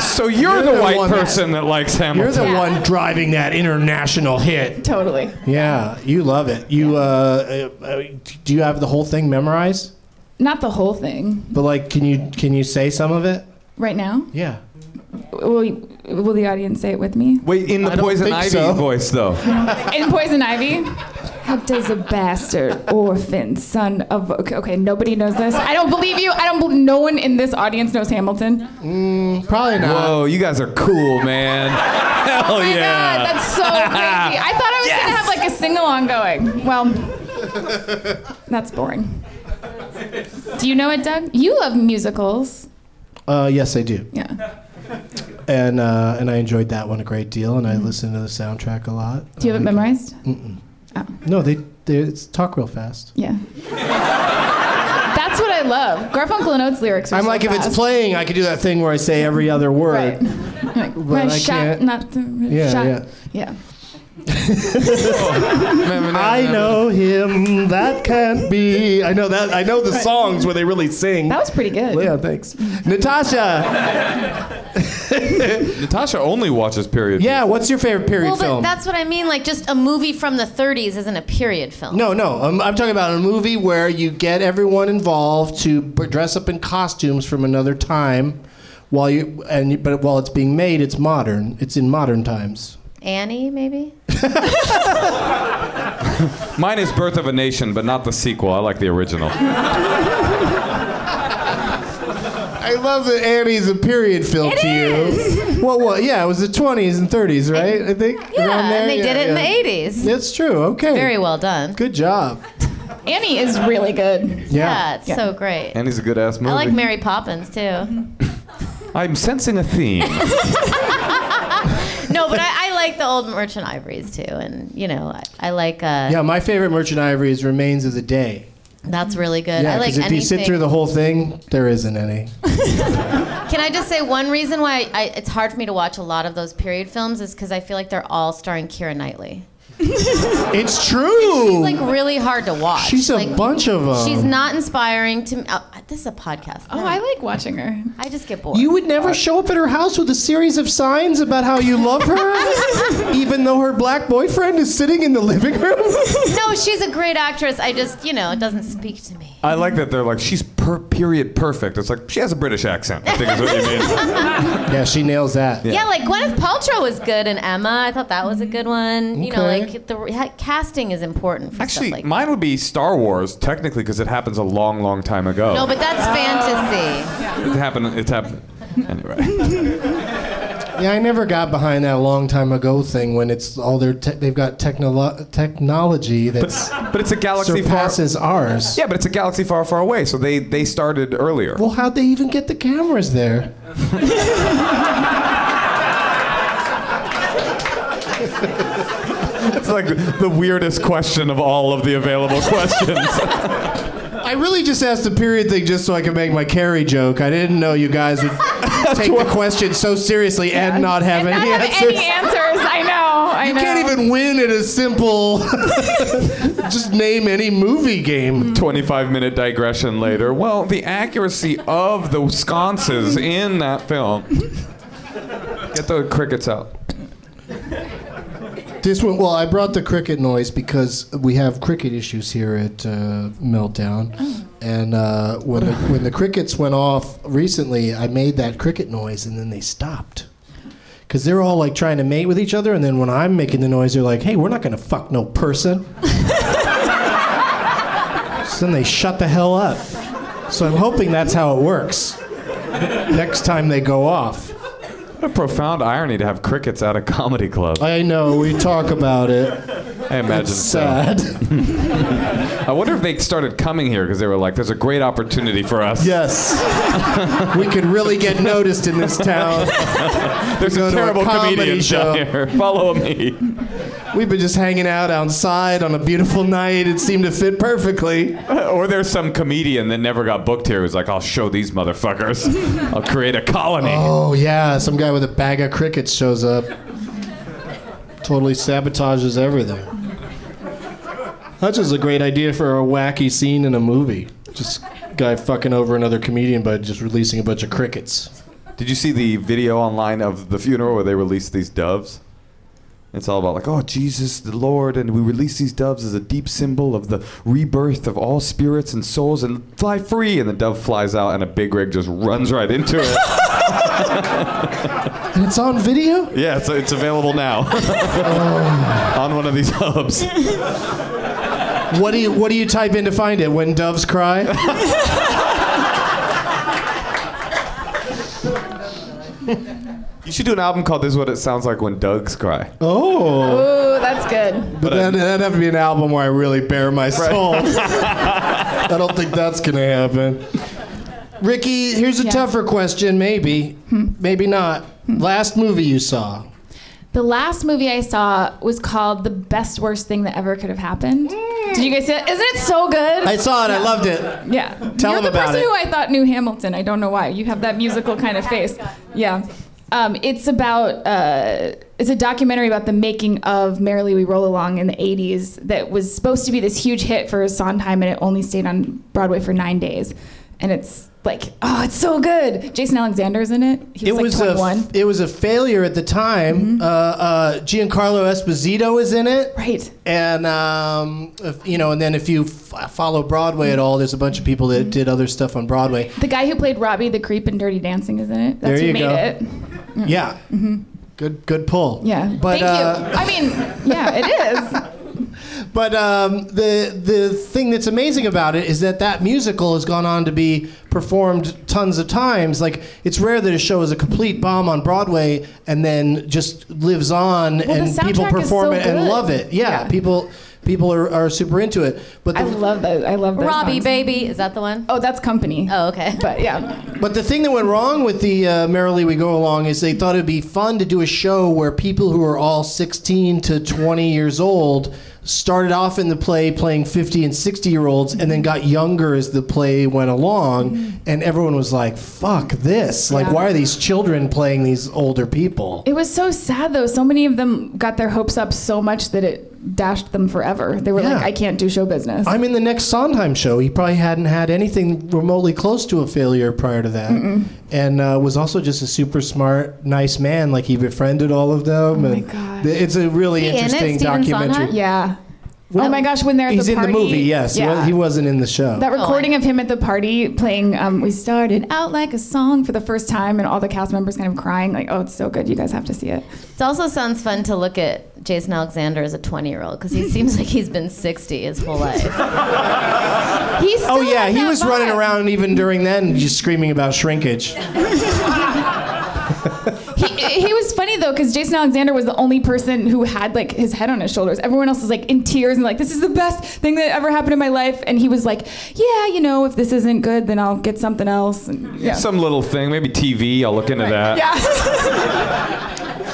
S5: So you're,
S4: You're
S5: the,
S4: the
S5: white
S4: one that-
S5: person that likes
S4: You're
S5: Hamilton.
S4: the one driving that international hit.
S8: totally.
S4: Yeah, you love it. You uh, uh, uh, do you have the whole thing memorized?
S8: Not the whole thing.
S4: But like, can you can you say some of it?
S8: Right now,
S4: Yeah.
S8: will will the audience say it with me?
S5: Wait, in the
S4: don't
S5: Poison
S4: think
S5: Ivy
S4: so.
S5: voice though.
S8: In Poison Ivy? How does a bastard, orphan, son of. Okay, okay, nobody knows this. I don't believe you. I don't. bel- No one in this audience knows Hamilton.
S4: Probably not.
S5: Whoa, you guys are cool, man.
S4: Oh,
S5: Hell
S8: Oh my
S5: yeah.
S8: God, that's so crazy. I thought I was going to have like a sing along going. Well, that's boring. Do you know it, Doug? You love musicals.
S4: Uh, yes, I do,
S8: Yeah.
S4: and uh, and I enjoyed that one a great deal, and I listened to the soundtrack a lot.
S8: Do you have it memorized? Oh,
S4: No, they they it's talk real fast.
S8: Yeah. That's what I love. Garfunkel and Oates lyrics are
S4: I'm
S8: so
S4: like, if it's
S8: fast.
S4: playing, I could do that thing where I say every other word.
S8: Right. Like, my
S4: I
S8: shot,
S4: can't-
S8: not the
S4: Yeah,
S8: shot.
S4: yeah.
S8: yeah.
S4: I know him. That can't be. I know that. I know the songs where they really sing.
S8: That was pretty good.
S4: yeah, thanks, Natasha.
S5: Natasha only watches period.
S4: Yeah, what's your favorite period
S6: well,
S4: film?
S6: but that's what I mean. Like just a movie from the '30s isn't a period film.
S4: No, no. um, I'm, I'm talking about a movie where you get everyone involved to b- dress up in costumes from another time, while you and you, but while it's being made, it's modern. It's in modern times.
S6: Annie, maybe.
S5: Mine is Birth of a Nation, but not the sequel. I like the original.
S4: I love that Annie's a period film to you. Well, well, yeah, it was the 20s and 30s, right? I think
S6: Yeah,
S4: around there.
S6: and they
S4: Yeah,
S6: did it
S4: yeah.
S6: in the '80s.
S4: That's true. Okay.
S6: Very well done.
S4: Good job.
S8: Annie is really good.
S6: Yeah,
S4: Yeah.
S6: it's so great.
S5: And he's a good ass movie.
S6: I like Mary Poppins too.
S5: I'm sensing a theme.
S6: No, but I, I like the old Merchant Ivories too, and you know I, I like uh,
S4: Yeah, my favorite Merchant Ivory is Remains of the Day.
S6: that's really good.
S4: Yeah,
S6: I like
S4: if
S6: anything.
S4: you sit through the whole thing, there isn't any.
S6: Can I just say one reason why I, it's hard for me to watch a lot of those period films is because I feel like they're all starring Kira Knightley.
S4: It's true.
S6: Like
S11: really hard to watch.
S4: She's a bunch of 'em.
S11: She's not inspiring to me. Oh, this is a podcast.
S8: Oh, I like watching her.
S11: I just get bored.
S4: You would never show up at her house with a series of signs about how you love her, even though her black boyfriend is sitting in the living room.
S11: no, she's a great actress. I just, you know, it doesn't speak to me.
S5: I like that they're like she's per- period perfect. It's like she has a British accent. I think is what you mean.
S4: yeah, she nails that.
S11: Yeah. like Gwyneth Paltrow was good in Emma. I thought that was a good one. You know,
S5: Okay.
S11: like the ha- casting is important for
S5: Actually,
S11: stuff like
S5: mine would be Star Wars technically because it happens a long, long time ago.
S11: No, but that's fantasy.
S5: it happened. It's happened. Anyway,
S4: Yeah, I never got behind that long time ago thing when it's all their te- they've got technolo- technology that's
S5: but it's a galaxy far.
S4: surpasses ours.
S5: Yeah, but it's a galaxy far, far away. So they they started earlier.
S4: Well, how'd they even get the cameras there?
S5: It's like the weirdest question of all of the available questions.
S4: I really just asked the period thing just so I could make my carry joke. I didn't know you guys would take the question so seriously and not have
S8: And
S4: any
S8: not have
S4: answers.
S8: any answers. I know. I
S4: you
S8: know.
S4: can't even win at a simple just name any movie game.
S5: 25 minute digression later. Well, the accuracy of the sconces in that film. Get the crickets out.
S4: This one, well, I brought the cricket noise because we have cricket issues here at uh, Meltdown. And uh, when, the, when the crickets went off recently, I made that cricket noise and then they stopped. Because they're all like trying to mate with each other. And then when I'm making the noise, they're like, hey, we're not going to fuck no person. so then they shut the hell up. So I'm hoping that's how it works next time they go off.
S5: What a profound irony to have crickets at a comedy club.
S4: I know, we talk about it.
S5: I imagine so.
S4: Sad.
S5: I wonder if they started coming here because they were like, there's a great opportunity for us.
S4: Yes. we could really get noticed in this town.
S5: there's
S4: go to a
S5: some terrible
S4: comedy
S5: comedians
S4: show.
S5: down here. Follow me.
S4: We've been just hanging out outside on a beautiful night. It seemed to fit perfectly.
S5: or there's some comedian that never got booked here who's like, I'll show these motherfuckers. I'll create a colony.
S4: Oh, yeah. Some guy with a bag of crickets shows up. Totally sabotages everything. That's just a great idea for a wacky scene in a movie. Just guy fucking over another comedian by just releasing a bunch of crickets.
S5: Did you see the video online of the funeral where they released these doves? It's all about like, oh Jesus, the Lord, and we release these doves as a deep symbol of the rebirth of all spirits and souls, and fly free. And the dove flies out, and a big rig just runs right into it.
S4: And it's on video?
S5: yeah, it's, it's available now on one of these hubs.
S4: What do you what do you type in to find it? When doves cry?
S5: You should do an album called "This Is What It Sounds Like When Dugs Cry."
S4: Oh.
S8: Ooh, that's good.
S4: But that, that'd have to be an album where I really bare my soul. I don't think that's going to happen. Ricky, here's a
S8: Yeah. Hmm.
S4: tougher question, maybe. Maybe not. Last movie you saw.
S8: The last movie I saw was called "The Best Worst Thing That Ever Could Have Happened." Did you guys see that? Isn't it so good?
S4: Mm. I saw it. I loved it.
S8: Yeah.
S4: Tell
S8: You're
S4: them
S8: the
S4: about
S8: person
S4: it.
S8: who I thought knew Hamilton. I don't know why. You have that musical kind of face. Yeah. Um, it's about uh, it's a documentary about the making of Merrily We Roll Along in the 80s that was supposed to be this huge hit for Sondheim and it only stayed on Broadway for nine days. And it's like, oh, it's so good. Jason Alexander's in it. He
S4: It was
S8: was, like Mm-hmm.
S4: a
S8: 21.
S4: f- it was a failure at the time. Uh, uh, Giancarlo Esposito is in it.
S8: right.
S4: and um, if, you know, and then if you f- follow Broadway
S8: Mm-hmm.
S4: at all, there's a bunch of people that did other stuff on Broadway.
S8: The guy who played Robbie the Creep in Dirty Dancing is in it. That's
S4: There you
S8: who made
S4: go.
S8: it.
S4: Yeah, good, good pull.
S8: Mm-hmm. Yeah.
S4: but
S8: Thank
S4: uh,
S8: you. I mean, yeah, it is.
S4: but um, the the thing that's amazing about it is that that musical has gone on to be performed tons of times. Like it's rare that a show is a complete bomb on Broadway and then just lives on
S8: the
S4: and people
S8: soundtrack is
S4: perform
S8: so
S4: it and
S8: good.
S4: love it. Yeah,
S8: Yeah.
S4: people people are, are super into it. But the,
S8: I love that. I love those
S11: Robbie,
S8: songs.
S11: baby, is that the one?
S8: Oh, that's company.
S11: Oh, okay.
S8: But yeah.
S4: But the thing that went wrong with the uh, Merrily We Go Along is they thought it'd be fun to do a show where people who are all 16 to 20 years old started off in the play playing 50 and 60 year olds and then got younger as the play went along. And everyone was like, fuck this. Like, why are these children playing these older people?
S8: It was so sad though. So many of them got their hopes up so much that it dashed them forever. They were like, I can't do show business.
S4: I mean, the next Sondheim show, he probably hadn't had anything remotely close to a failure prior to that, and uh, was also just a super smart, nice man. Like he befriended all of them. Oh and my god! it's a really interesting documentary.
S8: Yeah.
S4: Well,
S8: oh my gosh, when they're at
S4: He's
S8: the
S4: in
S8: party.
S4: the movie, yes. Well, he wasn't in the show.
S8: That recording of him at the party playing um, "We Started Out Like a Song" for the first time, and all the cast members kind of crying, like, "Oh, it's so good! You guys have to see it."
S6: It also sounds fun to look at Jason Alexander as a 20 year old because he seems like he's been 60 his whole life.
S8: He's
S4: oh yeah, he was running around even during then, just screaming about shrinkage.
S8: he, he was funny though because Jason Alexander was the only person who had like his head on his shoulders. Everyone else was like in tears and like this is the best thing that ever happened in my life. And he was like, yeah, you know, if this isn't good, then I'll get something else. And, yeah.
S5: Some little thing, maybe TV. I'll look into
S4: Uh,
S5: that.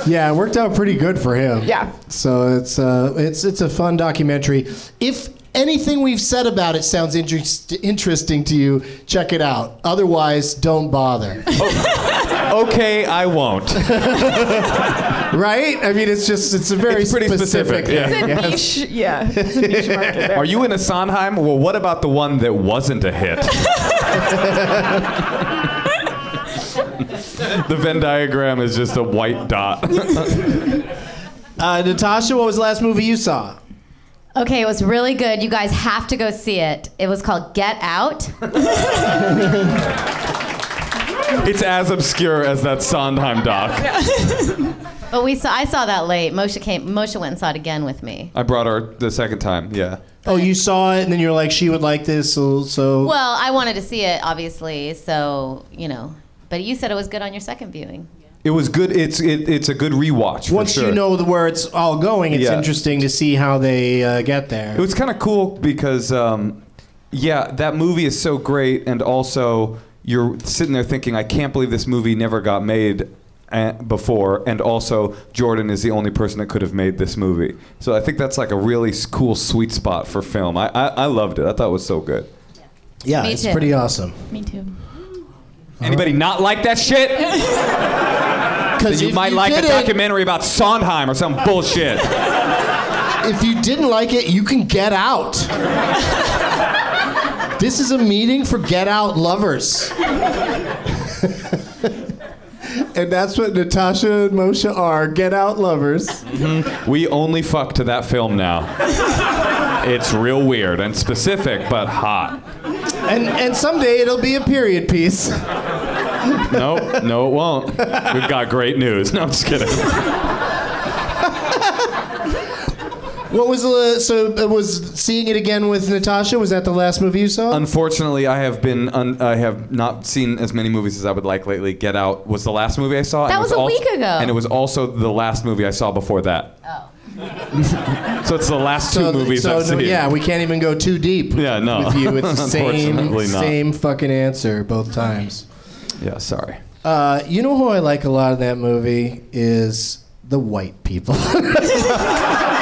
S4: Yeah, it worked out pretty good for him.
S8: Yeah.
S4: So it's uh, it's it's a fun documentary. If anything we've said about it sounds interest interesting to you, check it out. Otherwise, don't bother.
S5: Okay, I won't.
S4: right? I mean, it's just it's a very
S5: It's pretty specific,
S4: thing,
S5: yeah. It's a
S4: yes.
S8: Niche, yeah. It's a niche market there.
S5: Are you in a Sondheim? Well, what about the one that wasn't a hit? the Venn diagram is just a white dot.
S4: Uh, Natasha, what was the last movie you saw?
S6: Okay, it was really good. You guys have to go see it. It was called Get Out.
S5: it's as obscure as that Sondheim doc.
S6: But we saw I saw that late. Moshe came Moshe went and saw it again with me.
S5: I brought her the second time. Yeah.
S4: Oh, you saw it, and then you're like, she would like this, so. so.
S6: Well, I wanted to see it obviously, so, you know, but you said it was good on your second viewing.
S5: It was good. It's it, it's a good rewatch. for
S4: Once
S5: sure.
S4: you know the, where it's all going, it's
S5: Yeah.
S4: interesting to see how they uh, get there.
S5: It was kind of cool because, um, yeah, that movie is so great, and also you're sitting there thinking, I can't believe this movie never got made eh, before, and also Jordan is the only person that could have made this movie. So I think that's like a really s- cool sweet spot for film. I, I, I loved it. I thought it was so good.
S4: yeah,
S6: Me
S4: it's
S6: too.
S4: pretty awesome.
S8: Me too.
S5: Anybody not like that shit? Then you
S4: if
S5: might
S4: you
S5: like a
S4: didn't-
S5: documentary about Sondheim or some bullshit.
S4: If you didn't like it, you can get out. this is a meeting for get out lovers. and that's what Natasha and Moshe are get out lovers.
S5: We only fuck to that film now. It's real weird and specific, but hot.
S4: And, and someday it'll be a period piece.
S5: No, no, it won't. We've got great news. No, I'm just kidding.
S4: What was the so it was seeing it again with Natasha? Was that the last movie you saw?
S5: Unfortunately, I have been un- I have not seen as many movies as I would like lately. Get Out was the last movie I saw. and
S6: That
S5: it
S6: was a
S5: als-
S6: week ago.
S5: and it was also the last movie I saw before that. Oh. so it's the last two movies
S4: so
S5: I've
S4: no-
S5: seen.
S4: yeah, we can't even go too deep.
S5: Yeah, no.
S4: With you, it's the same
S5: Unfortunately not.
S4: same fucking answer both times.
S5: yeah, sorry.
S4: Uh, you know who I like a lot of that movie is the white people.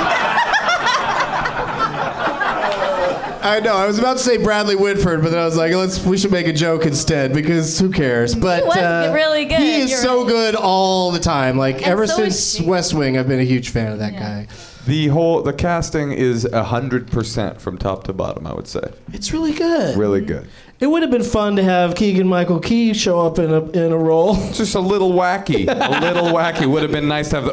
S4: I know. I was about to say Bradley Whitford, but then I was like, let's we should make a joke instead because who cares? But uh,
S6: was really good,
S4: He is
S6: you're
S4: so
S6: right.
S4: good all the time. Like
S6: And
S4: ever
S6: so is
S4: since
S6: she.
S4: West Wing, I've been a huge fan of that guy.
S5: The whole the casting is hundred percent from top to bottom. I would say
S4: It's really good.
S5: really good.
S4: It would have been fun to have Keegan Michael Key show up in a in a role.
S5: Just a little wacky, a little wacky. Would have been nice to have the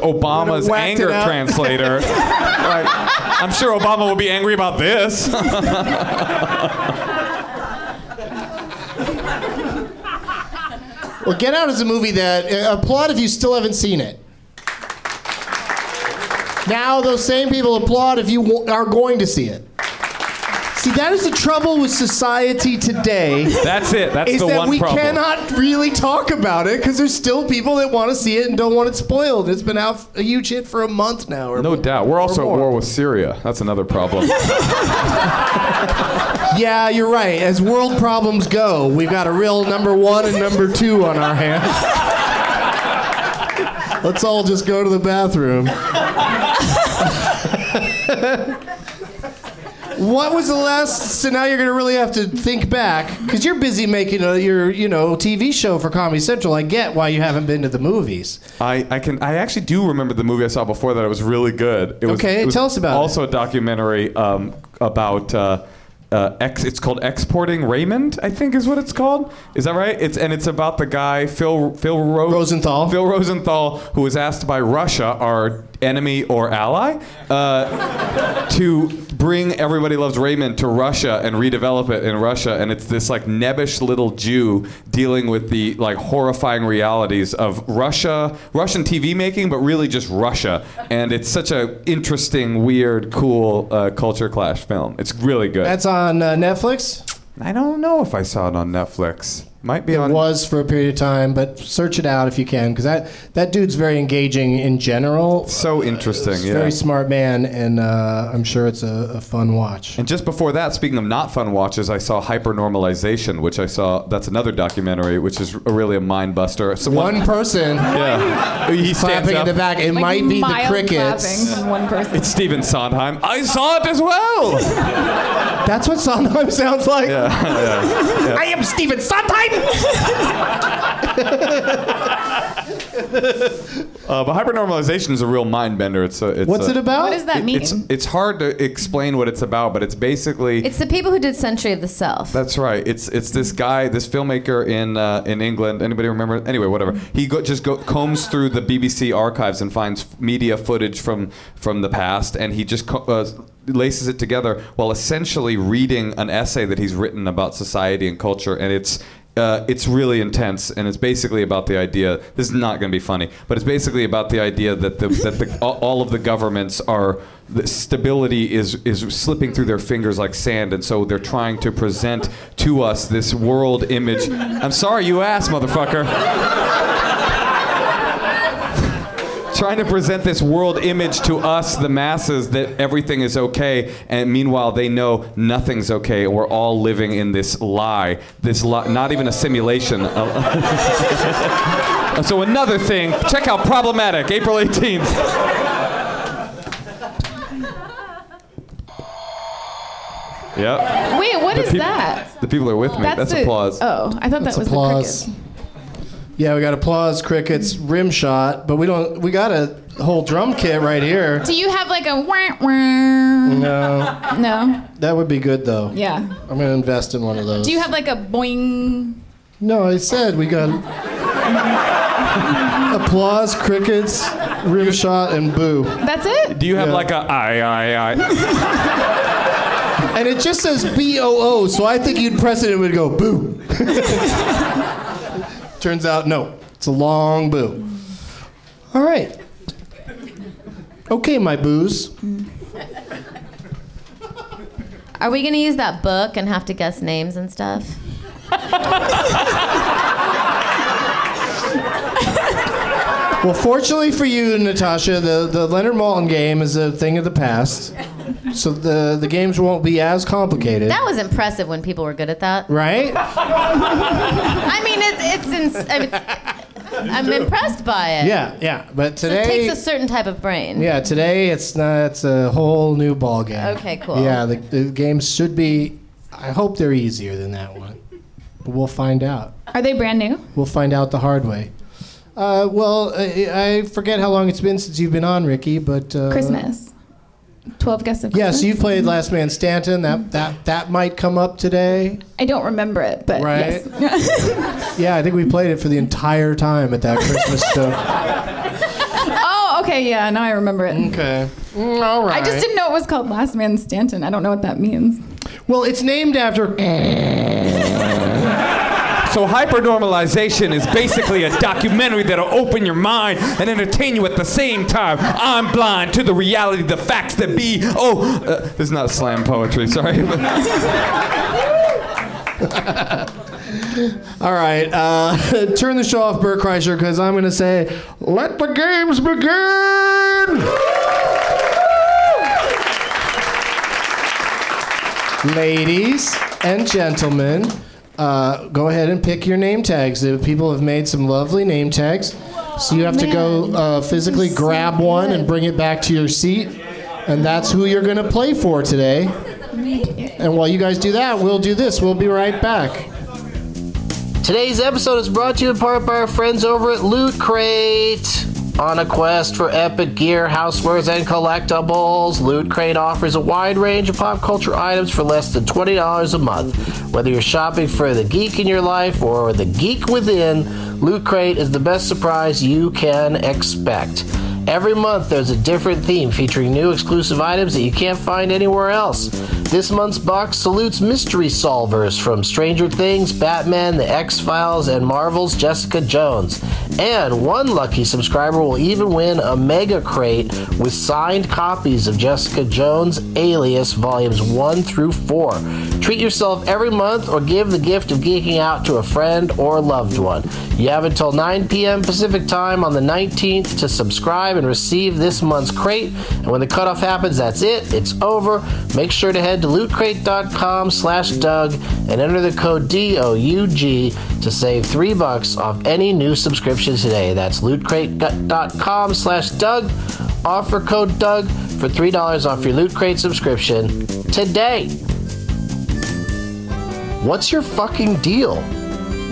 S4: Would've
S5: Obama's
S4: whacked
S5: anger
S4: it out.
S5: translator. Like, I'm sure Obama will be angry about this.
S4: Well, Get Out is a movie that uh, applaud if you still haven't seen it. Now those same people applaud if you wa- are going to see it. See, that is the trouble with society today.
S5: That's it. That's
S4: is
S5: the
S4: that
S5: one
S4: we
S5: problem.
S4: cannot really talk about it because there's still people that want to see it and don't want it spoiled. It's been out f- a huge hit for a month now. Or
S5: no doubt. We're also
S4: more.
S5: at war with Syria. That's another problem.
S4: Yeah, you're right. As world problems go, we've got a real number one and number two on our hands. Let's all just go to the bathroom. What was the last? So now you're gonna really have to think back because you're busy making a, your you know TV show for Comedy Central. I get why you haven't been to the movies.
S5: I, I can I actually do remember the movie I saw before that. It was really good. It was,
S4: Okay,
S5: it was
S4: tell us about it.
S5: Also a documentary um, about uh, uh, ex, it's called Exporting Raymond. I think is what it's called. Is that right? It's and it's about the guy Phil Phil Ro- Rosenthal. Phil Rosenthal, who was asked by Russia, our enemy or ally, uh, to bring Everybody Loves Raymond to Russia and redevelop it in Russia. And it's this like nebbish little Jew dealing with the like horrifying realities of Russia, Russian TV making, but really just Russia. And it's such a interesting, weird, cool uh, culture clash film. It's really good.
S4: That's on uh, Netflix.
S5: I don't know if I saw it on Netflix. Might be
S4: it was for a period of time, but search it out if you can because that that dude's very engaging in general.
S5: So interesting.
S4: He's a
S5: yeah.
S4: very smart man, and uh, I'm sure it's a, a fun watch.
S5: And just before that, speaking of not fun watches, I saw Hypernormalization, which I saw. That's another documentary, which is a- really a mind buster. So
S4: One person.
S5: yeah, he stands
S4: clapping in
S5: up.
S4: the back. It
S8: Like
S4: might be the
S8: mild
S4: crickets.
S8: clapping from one person.
S5: It's Stephen Sondheim. I saw it as well.
S4: That's what Sondheim sounds like.
S5: yeah, yeah.
S4: I am Stephen Sondheim.
S5: Uh, but hypernormalization is a real mind bender. It's a. It's
S4: What's
S5: a-
S4: it about? What does that mean?
S5: It's, it's hard to explain what it's about, but it's basically.
S6: It's the people who did Century of the Self.
S5: That's right. It's it's this guy, this filmmaker in uh, in England. Anybody remember? Anyway, whatever. He go, just go, combs through the BBC archives and finds f- media footage from from the past, and he just co- uh, laces it together while essentially reading an essay that he's written about society and culture, and it's. Uh, it's really intense, and it's basically about the idea. This is not going to be funny, but it's basically about the idea that the, that the, all- all of the governments are the stability is is slipping through their fingers like sand, and so they're trying to present to us this world image. I'm sorry, you ass, motherfucker. trying to present this world image to us, the masses, that everything is okay, and meanwhile they know nothing's okay, and we're all living in this lie, this li- not even a simulation. A- so another thing, check out problematic, April 18th. Yep.
S8: Wait, what
S5: The
S8: is
S5: peop-
S8: that?
S5: The people are with me. That's,
S8: the-
S5: applause.
S8: Oh, I thought that was the crickets.
S4: Yeah, we got applause, crickets, rim shot, but we don't. We got a whole drum kit right here.
S8: Do you have like a wah, wah?
S4: No,
S8: No.
S4: that would be good though.
S8: Yeah.
S4: I'm gonna invest in one of those.
S8: Do you have like a boing?
S4: No, I said we got applause, crickets, rim shot, and boo.
S8: That's it?
S5: Do you have like a I I I?
S4: And it just says B O O, so I think you'd press it and it would go boo. Turns out, no, it's a long boo. All right. Okay, my boos.
S6: Are we gonna use that book and have to guess names and stuff?
S4: Well, fortunately for you, Natasha, the, the Leonard Malton game is a thing of the past. So the, the games won't be as complicated.
S6: That was impressive when people were good at that.
S4: Right?
S6: I mean, it's it's. Ins- I mean, I'm impressed by it.
S4: Yeah, yeah. But
S6: So it
S4: today.
S6: takes a certain type of brain.
S4: Yeah, today it's not. It's a whole new ball game.
S6: Okay, cool.
S4: Yeah, the, the games should be. I hope they're easier than that one, but we'll find out.
S8: Are they brand new?
S4: We'll find out the hard way. Uh, well, I, I forget how long it's been since you've been on, Ricky, but uh,
S8: Christmas. 12 guests of
S4: Yeah,
S8: Christmas.
S4: so you played Last Man Stanton. That that that might come up today,
S8: I don't remember it, but
S4: right?
S8: yes.
S4: yeah, I think we played it for the entire time at that Christmas show.
S8: Oh, okay, yeah, now I remember it.
S4: Okay. all Mm. right.
S8: I just didn't know it was called Last Man Stanton. I don't know what that means.
S4: Well, it's named after.
S5: So hypernormalization is basically a documentary that'll open your mind and entertain you at the same time. I'm blind to the reality, the facts that be. Oh, uh, this is not slam poetry. Sorry.
S4: All right, uh, turn the show off, Bert Kreischer, because I'm going to say, let the games begin! Ladies and gentlemen, uh, go ahead and pick your name tags. The people have made some lovely name tags. So you have to go uh, physically grab one and bring it back to your seat. And that's who you're going to play for today. And while you guys do that, we'll do this. We'll be right back.
S1: Today's episode is brought to you in part by our friends over at Loot Crate. On a quest for epic gear, housewares, and collectibles, Loot Crate offers a wide range of pop culture items for less than $20 a month. Whether you're shopping for the geek in your life or the geek within, Loot Crate is the best surprise you can expect. Every month, there's a different theme featuring new exclusive items that you can't find anywhere else. This month's box salutes mystery solvers from Stranger Things, Batman, The X Files, and Marvel's Jessica Jones. And one lucky subscriber will even win a mega crate with signed copies of Jessica Jones Alias Volumes 1 through 4. Treat yourself every month or give the gift of geeking out to a friend or loved one. You have until 9 p.m. Pacific time on the 19th to subscribe and receive this month's crate. And when the cutoff happens, that's it. It's over. Make sure to head to lootcrate.com slash Doug and enter the code D-O-U-G to save three bucks off any new subscription today. That's lootcrate.com slash Doug. Offer code Doug for $3 off your Loot Crate subscription today. What's your fucking deal?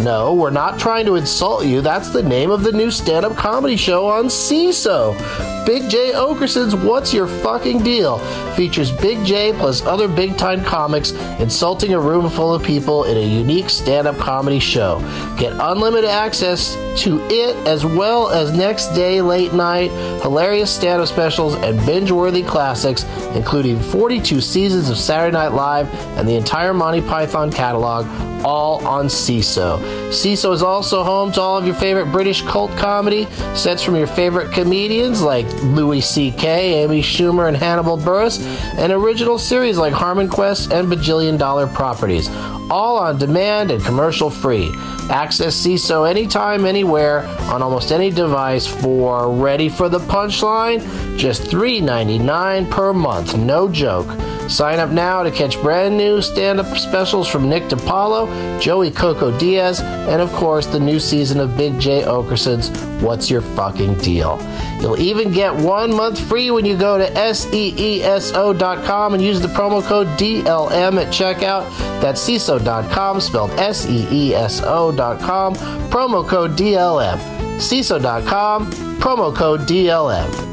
S1: No, we're not trying to insult you. That's the name of the new stand up comedy show on CISO. Big J Okerson's What's Your Fucking Deal features Big J plus other big time comics insulting a room full of people in a unique stand up comedy show. Get unlimited access to it as well as next day, late night, hilarious stand up specials, and binge worthy classics, including 42 seasons of Saturday Night Live and the entire Monty Python catalog, all on CISO. CISO is also home to all of your favorite British cult comedy, sets from your favorite comedians like Louis C.K., Amy Schumer, and Hannibal Buress, and original series like Harmon Quest and Bajillion Dollar Properties, all on demand and commercial free. Access CISO anytime, anywhere, on almost any device for Ready for the Punchline, just $3.99 per month, no joke. Sign up now to catch brand new stand up specials from Nick DiPaolo, Joey Coco Diaz, and of course the new season of Big J Okerson's What's Your Fucking Deal? You'll even get one month free when you go to E SEESO.com and use the promo code DLM at checkout. That's E CISO.com, spelled S E E S O.com, promo code DLM. E CISO.com, promo code DLM.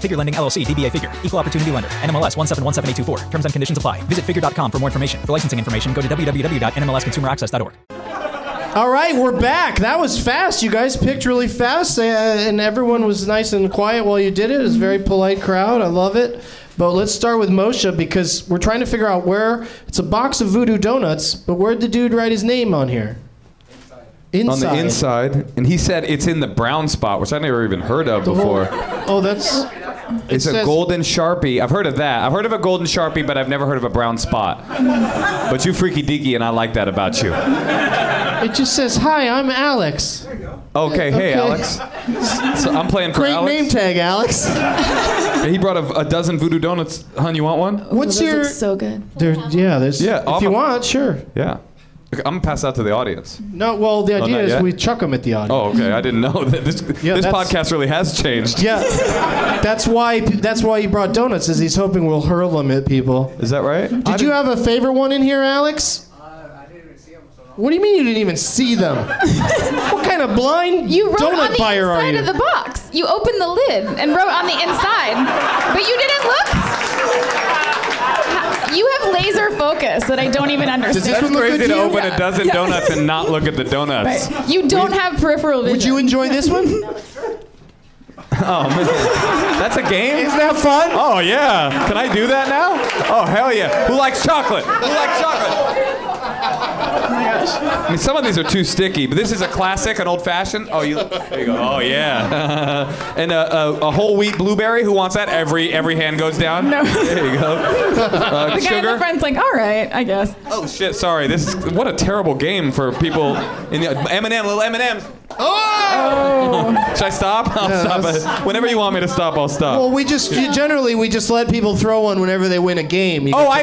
S12: Figure Lending LLC, DBA Figure, Equal Opportunity Lender, NMLS 1717824. Terms and conditions apply. Visit figure.com for more information. For licensing information, go to www.nmlsconsumeraccess.org.
S4: All right, we're back. That was fast. You guys picked really fast, uh, and everyone was nice and quiet while you did it. It's a very polite crowd. I love it. But let's start with Moshe because we're trying to figure out where it's a box of voodoo donuts, but where'd the dude write his name on here?
S5: On the inside, and he said it's in the brown spot, which I never even heard of
S4: The whole-
S5: before.
S4: Oh, that's.
S5: It's a
S4: says-
S5: golden sharpie. I've heard of that. I've heard of a golden sharpie, but I've never heard of a brown spot. But you freaky deaky, and I like that about you.
S4: It just says, "Hi, I'm Alex."
S5: Okay,
S4: Okay.
S5: hey Alex. So I'm playing for
S4: Great
S5: Alex.
S4: name tag,
S5: Oh,
S4: Alex.
S5: He brought a, a dozen voodoo donuts. Hun, you want one?
S4: What's
S8: those
S4: your?
S8: look so good.
S4: There, yeah, there's.
S5: Yeah,
S4: if
S5: I'll-
S4: you want, sure.
S5: Yeah. Okay, I'm gonna pass out to the audience.
S4: No, well, the
S5: Oh,
S4: idea
S5: not
S4: is
S5: yet?
S4: we chuck them at the audience.
S5: Oh, okay. I didn't know that this this
S4: that's-
S5: podcast really has changed.
S4: Yeah, that's why. That's why he brought donuts, is he's hoping we'll hurl them at people.
S5: Is that right?
S4: Did you have a favorite one in here, Alex? What do you mean you didn't even see them? what kind of blind
S8: You wrote
S4: donut
S8: on the
S4: buyer are
S8: inside
S4: you?
S8: of the box. You opened the lid and wrote on the inside, but you didn't look. You have laser focus that I don't even understand.
S5: That's crazy to open a dozen donuts and not look at the donuts.
S8: Right. You don't have peripheral vision. Would you
S4: enjoy this one?
S5: Oh, man. that's a game.
S4: Isn't that fun?
S5: Oh yeah. Can I do that now? Oh hell yeah. Who likes chocolate? Who likes chocolate? I mean, some of these are too sticky, but this is a classic, an old fashioned. Oh, you, there you go. Oh yeah. and a, a, a whole wheat blueberry. Who wants that? Every every hand goes down. No. There you go. Uh,
S8: the guy in the
S5: sugar.
S8: front's like, all right, I guess.
S5: Oh shit. Sorry. This is what a terrible game for people. In the M&M, little M&Ms. Oh! Should I stop? I'll stop. Whenever you want me to stop, I'll stop.
S4: Well, we just generally we just let people throw one whenever they win a game. You
S5: Oh,
S4: get
S5: I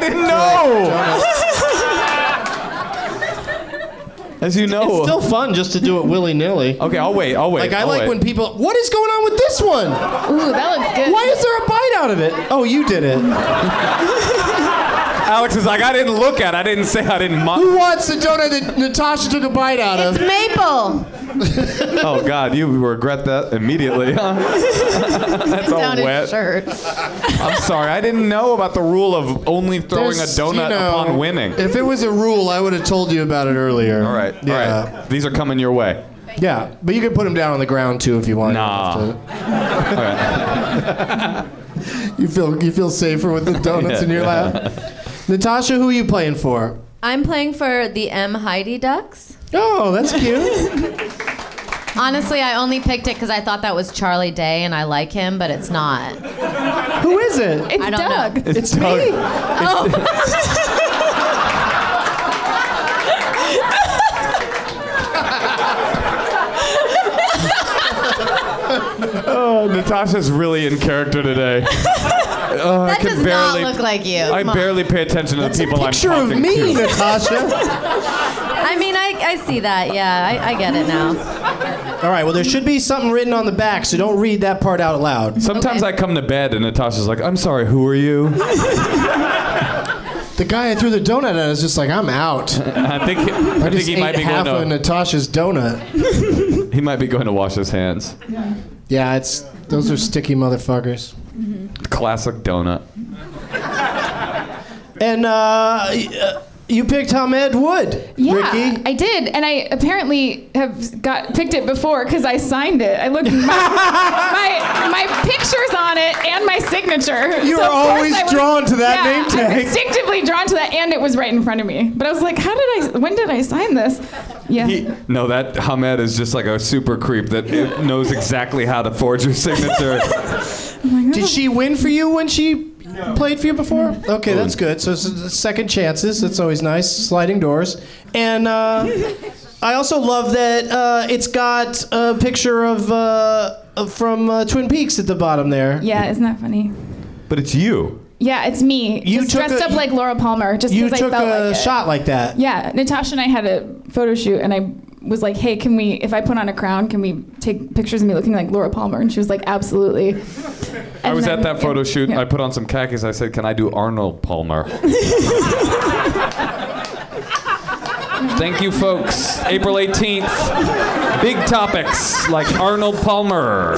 S4: to
S5: didn't
S4: throw
S5: know!
S4: As
S5: you know,
S4: it's still fun just to do it willy nilly.
S5: Okay, I'll wait. I'll wait.
S4: Like I
S5: I'll
S4: like
S5: Oh, wait.
S4: when people. What is going on with this one? Ooh,
S8: that looks good.
S4: Why is there a bite out of it? Oh, you did it.
S5: Alex is like, I didn't look at. it. I didn't say. I didn't. Mo-
S4: Who wants the donut that Natasha took a bite out of? It's
S6: maple.
S5: oh God, you regret that immediately. Huh? That's all wet. I'm sorry. I didn't know about the rule of only throwing
S4: There's,
S5: a donut
S4: you know,
S5: upon winning.
S4: If it was a rule, I would have told you about it earlier.
S5: All right.
S4: Yeah.
S5: All right. These are coming your way.
S4: Yeah, but you can put them down on the ground too if you want. Nah. you feel you feel safer with the donuts in your lap. Natasha, who are you playing for?
S11: I'm playing for the M Heidi Ducks.
S4: Oh, that's cute.
S11: Honestly, I only picked it because I thought that was Charlie Day and I like him, but it's not.
S4: Who is it?
S11: It's I don't Doug. Know.
S4: It's Doug.
S5: Oh. Oh, Natasha's really in character today. Oh, I
S11: That
S5: can
S11: does not
S5: barely,
S11: look like you.
S5: I
S11: Come on.
S5: barely pay attention to the people
S4: picture
S5: I'm
S4: of
S5: talking
S4: me,
S5: to.
S4: Natasha.
S11: I mean, I, I see that. Yeah, I, I get it now.
S4: All right. Well, there should be something written on the back, so don't read that part out loud.
S5: Sometimes I come to bed and Natasha's like, I'm sorry, who are you?
S4: The guy I threw the donut at is just like, I'm out.
S5: I think, I
S4: I,
S5: think
S4: just
S5: he
S4: ate
S5: might be
S4: half
S5: going
S4: of
S5: to,
S4: Natasha's donut.
S5: he might be going to wash his hands.
S4: Yeah, it's those are sticky motherfuckers.
S5: Classic donut.
S4: And uh, y- uh, you picked Hamed Wood,
S8: Yeah,
S4: Ricky.
S8: I did, and I apparently have got picked it before because I signed it. I looked my, my my pictures on it and my signature.
S4: You
S8: So
S4: are
S8: of course
S4: always
S8: I was-
S4: drawn to that
S8: yeah,
S4: name
S8: I'm
S4: tag.
S8: distinctively drawn to that, and it was right in front of me. But I was like, how did I? When did I sign this? Yeah.
S5: No, that Hamed is just like a super creep that it knows exactly how to forge your signature.
S4: Did she win for you when she played for you before? Okay, that's good. So, so second chances. That's always nice. Sliding doors. And uh, I also love that uh, it's got a picture of uh, of- from uh, Twin Peaks at the bottom there.
S8: yeah, isn't that funny?
S5: But it's you.
S8: Yeah, it's me.
S4: You
S8: just
S4: took
S8: dressed
S4: a-
S8: up like Laura Palmer, just
S4: You
S8: because I
S4: took
S8: felt
S4: a
S8: like it.
S4: shot like that.
S8: Yeah, Natasha and I had a photo shoot, and I was like, "Hey, can we? If I put on a crown, can we take pictures of me looking like Laura Palmer?" And she was like, "Absolutely."
S5: I
S8: And
S5: was
S8: then-
S5: at that photo shoot.
S8: yeah.
S5: I put on some khakis. I said, Can I do Arnold Palmer? Thank you, folks. April 18th. Big topics like Arnold Palmer.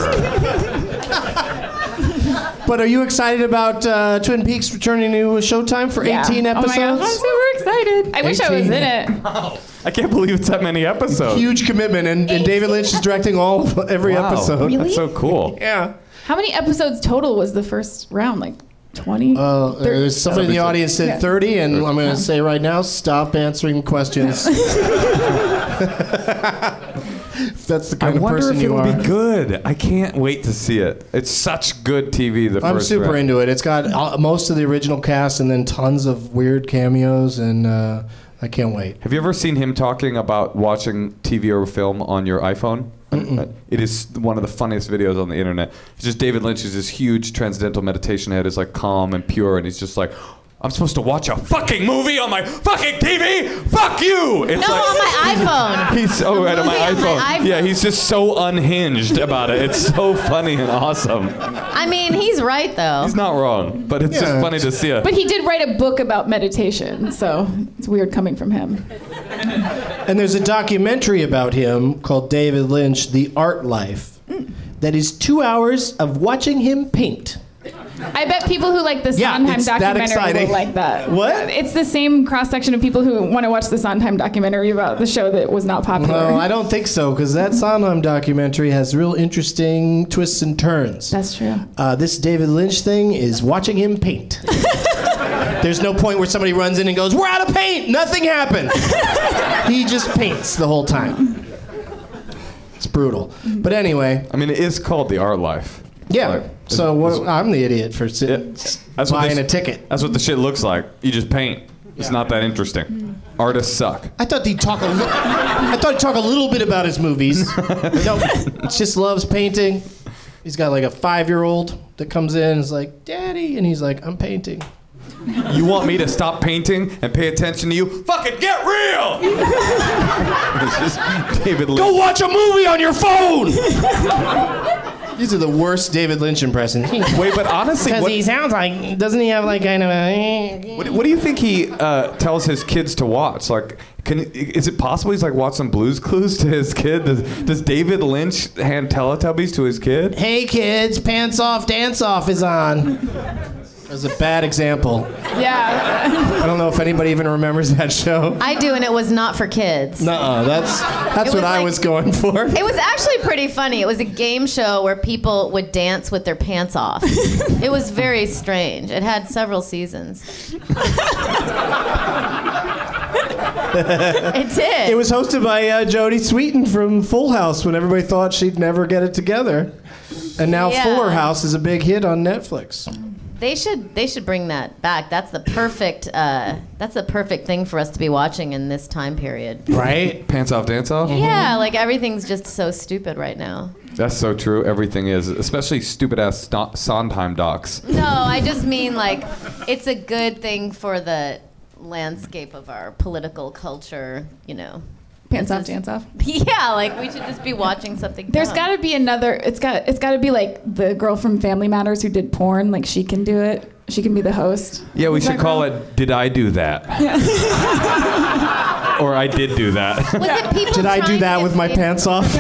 S4: But are you excited about uh, Twin Peaks returning to Showtime for
S8: Yeah.
S4: 18 episodes?
S8: Oh my gosh, I'm super excited. I wish I was
S4: 18.
S8: in it.
S5: I can't believe it's that many episodes.
S4: Huge commitment, and, and David Lynch is directing all of every
S5: Wow,
S4: episode.
S5: That's so cool.
S4: Yeah.
S8: How many episodes total was the first round? Like 20?
S4: Uh, there's somebody in the audience said 30, and I'm going to say right now, stop answering questions. If that's the
S5: I
S4: kind of
S5: wonder
S4: person
S5: if
S4: you
S5: it'll
S4: are.
S5: be good. I can't wait to see it. It's such good TV. The
S4: I'm
S5: first
S4: super
S5: round.
S4: into it. It's got uh, most of the original cast, and then tons of weird cameos, and uh, I can't wait.
S5: Have you ever seen him talking about watching TV or film on your iPhone? It is one of the funniest videos on the internet. It's just David Lynch is this huge transcendental meditation head. It's like calm and pure, and he's just like, I'm supposed to watch a fucking movie on my fucking TV? Fuck you! It's
S6: No,
S11: Oh,
S5: like,
S6: on my iPhone.
S5: He's oh right on my,
S6: movie
S5: iPhone.
S6: on my iPhone.
S5: Yeah, he's just so unhinged about it. It's so funny and awesome.
S11: I mean, he's right though.
S5: He's not wrong, but it's just
S4: Yeah.
S5: funny to see it.
S8: But he did write a book about meditation, so it's weird coming from him.
S4: And there's a documentary about him called David
S5: Mm.
S4: Lynch, The Art Life, that is two hours of watching him paint.
S8: I bet people who like the
S4: Yeah,
S8: Sondheim
S4: it's that
S8: documentary
S4: exciting.
S8: will like that.
S4: What?
S8: It's the same cross section of people who want to watch the Sondheim documentary about the show that was not popular.
S4: No, I don't think so, because that Sondheim documentary has real interesting twists and turns.
S8: That's true.
S4: Uh, this David Lynch thing is watching him paint. There's no point where somebody runs in and goes, We're out of paint! Nothing happens! he just paints the whole time. It's brutal. But anyway,
S5: I mean, it is called the art life.
S4: yeah.
S5: Like,
S4: so what, I'm the idiot for sitting,
S5: That's what
S4: buying
S5: this-
S4: a ticket.
S5: That's what the shit looks like. You just paint. It's not that interesting. Artists suck.
S4: I thought he'd talk a li- I thought he'd talk a little bit about his movies. no, he just loves painting. He's got like a five-year-old that comes in and is like, "Daddy," and he's like, "I'm painting."
S5: You want me to stop painting and pay attention to you? Fucking get real! It's just David Lynch.
S4: Go watch a movie on your phone. These are the worst David Lynch impressions.
S5: Wait, but honestly,
S4: because
S5: what-
S4: he sounds like doesn't he have like kind of a?
S5: What, what do you think he uh, tells his kids to watch? Like, can is it possible he's like watching Blues Clues to his kid? Does, does David Lynch hand Teletubbies to his kid?
S4: Hey kids, pants off, dance off is on. That's a bad example.
S8: Yeah.
S4: I don't know if anybody even remembers that show.
S6: I do, and it was not for kids.
S4: Nuh-uh, that's that's
S6: It
S4: what
S6: was
S4: I was going for.
S6: It was actually pretty funny. It was a game show where people would dance with their pants off. it was very strange. It had several seasons.
S4: it
S6: did.
S4: It was hosted by uh, Jodie Sweetin from Full House when everybody thought she'd never get it together, and now
S6: Yeah.
S4: Fuller House is a big hit on Netflix.
S6: They should they should bring that back. That's the perfect uh, that's the perfect thing for us to be watching in this time period.
S4: Right?
S5: Pants off, dance off?
S4: Mm-hmm.
S6: Yeah, like everything's just so stupid right now.
S5: That's so true. Everything is, especially stupid ass sto- Sondheim docs.
S6: No, I just mean like it's a good thing for the landscape of our political culture, you know.
S8: Pants off, dance off.
S6: Yeah, like we should just be watching something.
S8: There's
S6: dumb.
S8: got to be another. It's got. It's got to be like the girl from Family Matters who did porn. Like she can do it. She can be the host.
S5: Yeah, we
S8: Is
S5: should
S8: that
S5: call it Did I Do That? or I Did Do That.
S6: Was it people
S4: Did I do
S6: trying to
S4: that
S6: get
S4: with my
S6: fam-
S4: pants off?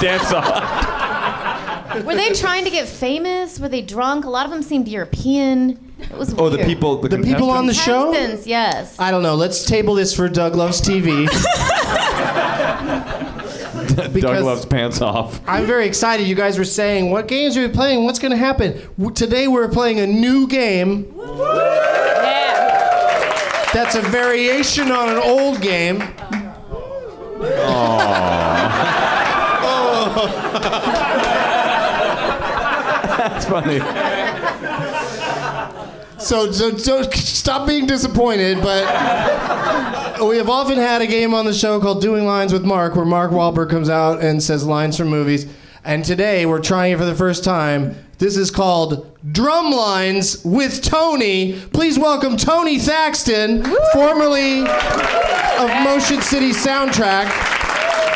S5: dance off.
S6: Were they trying to get famous? Were they drunk? A lot of them seemed European. It was
S5: Oh, the
S6: weird.
S5: people, the,
S4: The people on the show?
S6: Contestants, Yes.
S4: I don't know. Let's table this for Doug Loves TV.
S5: Doug
S4: Because-
S5: loves pants off.
S4: I'm very excited. You guys were saying, what games are we playing? What's going to happen? W- today we're playing a new game. That's a variation on an old game.
S5: That's funny.
S4: So, so, so stop being disappointed, but we have often had a game on the show called Doing Lines with Mark, where Mark Wahlberg comes out and says lines from movies. And today we're trying it for the first time. This is called Drum Lines with Tony. Please welcome Tony Thaxton, formerly of Motion City Soundtrack,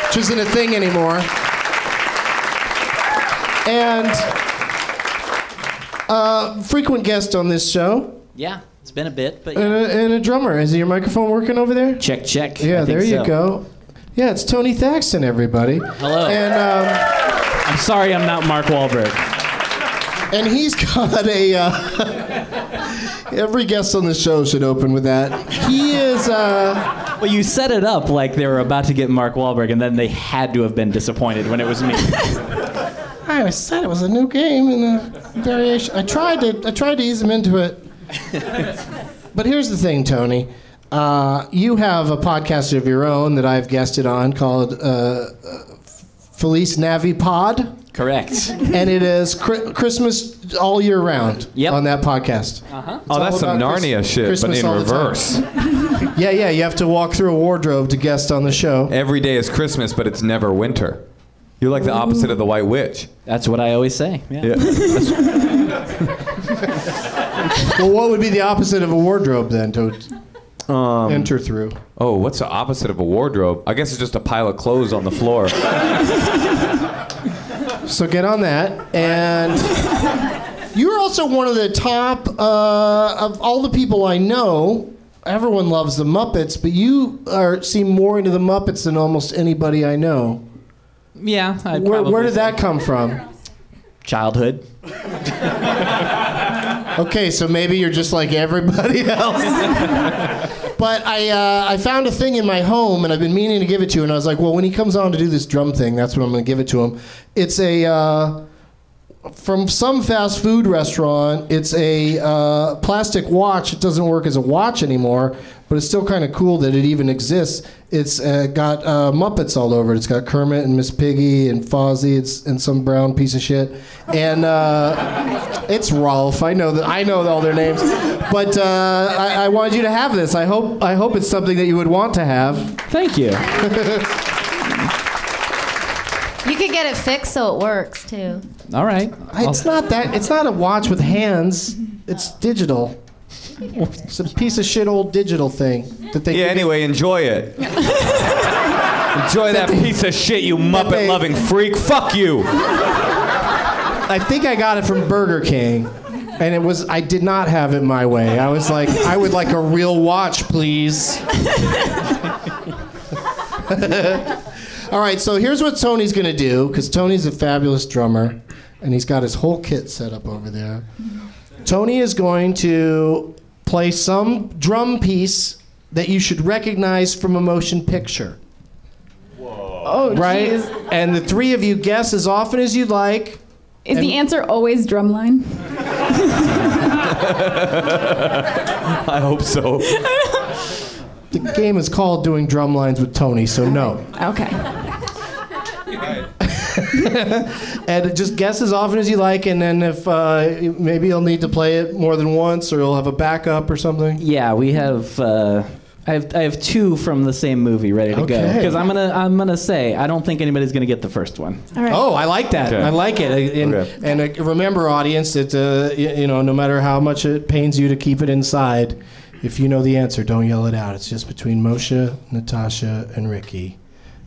S4: which isn't a thing anymore. And uh, frequent guest on this show
S1: Yeah, it's been a bit, but
S4: and a, and a drummer. Is your microphone working over there?
S1: check, check. I
S4: Yeah,
S1: think
S4: there you
S1: so.
S4: go. Yeah, it's Tony Thaxton, everybody.
S1: Hello.
S4: And um,
S1: I'm sorry, I'm not Mark Wahlberg.
S4: and he's got a. Uh, every guest on the show should open with that. He is. Uh,
S1: Well, you set it up like they were about to get Mark Wahlberg, and then they had to have been disappointed when it was me.
S4: I said it was a new game and a variation. I tried to. I tried to ease him into it. but here's the thing, Tony. Uh, you have a podcast of your own that I've guested on called uh, uh, Felice Navi Pod.
S1: Correct.
S4: and it is cri- Christmas all year round on that podcast.
S1: Uh-huh.
S4: It's
S5: Oh, that's
S4: all
S5: some
S4: about Chris-
S5: Narnia shit,
S4: Christmas
S5: but in
S4: all the time.
S5: reverse.
S4: yeah, yeah, you have to walk through a wardrobe to guest on the show.
S5: Every day is Christmas, but it's never winter. You're like the opposite of the White Witch.
S1: That's what I always say. Yeah.
S4: well, what would be the opposite of a wardrobe then to
S5: Um,
S4: enter through?
S5: Oh, what's the opposite of a wardrobe? I guess it's just a pile of clothes on the floor.
S4: So get on that. And you're also one of the top uh, of all the people I know. Everyone loves the Muppets, but you are seem more into the Muppets than almost anybody I know.
S1: Yeah. I
S4: Where, where
S1: probably
S4: did
S1: say.
S4: that come from?
S1: Childhood.
S4: Okay, so maybe you're just like everybody else. but I, uh, I found a thing in my home, and I've been meaning to give it to you. And I was like, well, when he comes on to do this drum thing, that's when I'm going to give it to him. It's a uh, from some fast food restaurant. It's a uh, plastic watch. It doesn't work as a watch anymore, but it's still kind of cool that it even exists. It's uh, got uh, Muppets all over it. It's got Kermit and Miss Piggy and Fozzie it's, and some brown piece of shit. And uh, it's Rolf. I know that I know all their names, but uh, I, I wanted you to have this. I hope I hope it's something that you would want to have.
S13: Thank you.
S6: You could get it fixed so it works too.
S13: All right.
S4: It's not that. It's not a watch with hands. It's digital. It's a piece of shit old digital thing that they.
S5: Yeah, anyway, enjoy it. enjoy that piece of shit, you Muppet loving freak. Fuck you.
S4: I think I got it from Burger King. And it was I did not have it my way. I was like, I would like a real watch, please. All right, so here's what Tony's going to do cuz Tony's a fabulous drummer and he's got his whole kit set up over there. Tony is going to play some drum piece that you should recognize from a motion picture.
S8: Oh,
S4: right?
S8: jeez.
S4: And the three of you guess as often as you like.
S8: Is the answer always drumline?
S5: I hope so.
S4: The game is called doing drum lines with Tony, so no.
S8: Okay.
S4: and just guess as often as you like, and then if uh, maybe you'll need to play it more than once, or you'll have a backup or something.
S13: Yeah, we have. Uh, I have I have two from the same movie ready to go
S4: Okay.
S13: because I'm gonna I'm gonna say I don't think anybody's gonna get the first one.
S8: All right.
S4: Oh, I like that.
S13: Okay.
S4: I like it. And, and, uh, remember, audience, that uh, y- you know, no matter how much it pains you to keep it inside, if you know the answer, don't yell it out. It's just between Moshe, Natasha, and Ricky,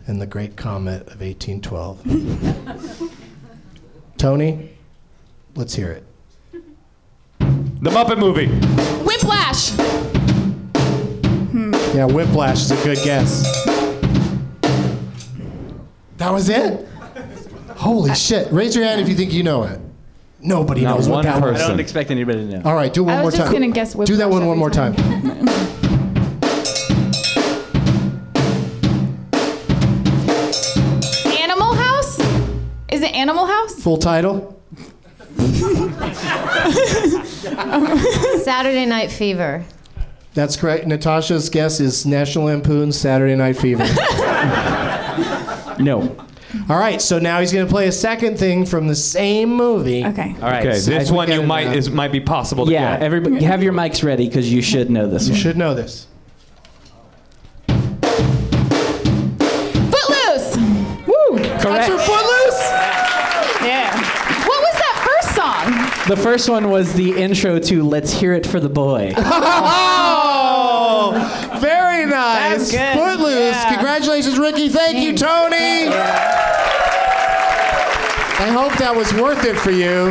S4: and the great comet of 1812. Tony, let's hear it.
S5: The Muppet Movie.
S8: Whiplash.
S4: Yeah, Whiplash is a good guess. That was it? Holy shit. Raise your hand if you think you know it. Nobody
S13: Not
S4: knows what
S13: one
S4: that was.
S13: I don't expect anybody to know.
S4: All right, do it one
S8: I
S4: more
S8: was just
S4: time.
S8: gonna guess
S4: do that
S8: Whiplash
S4: one one more time.
S8: Animal House? Is it Animal House?
S4: Full title?
S6: Saturday Night Fever.
S4: That's correct. Natasha's guess is National Lampoon's Saturday Night Fever.
S13: no.
S4: All right, so now he's going to play a second thing from the same movie.
S8: Okay.
S5: All right.
S13: Okay, so I
S5: this
S13: think
S5: one
S13: I
S5: you
S13: know
S5: might
S13: that.
S5: is might be possible to
S13: yeah,
S5: get.
S13: everybody, have your mics ready because you should know this. You
S4: should know this.
S8: Footloose. Woo.
S13: Correct.
S8: your Footloose. Yeah. What was that first song?
S13: The first one was the intro to "Let's Hear It for the Boy."
S4: Oh, very nice. Footloose. Congratulations, Ricky. Thank you, Tony. I hope that was worth it for you.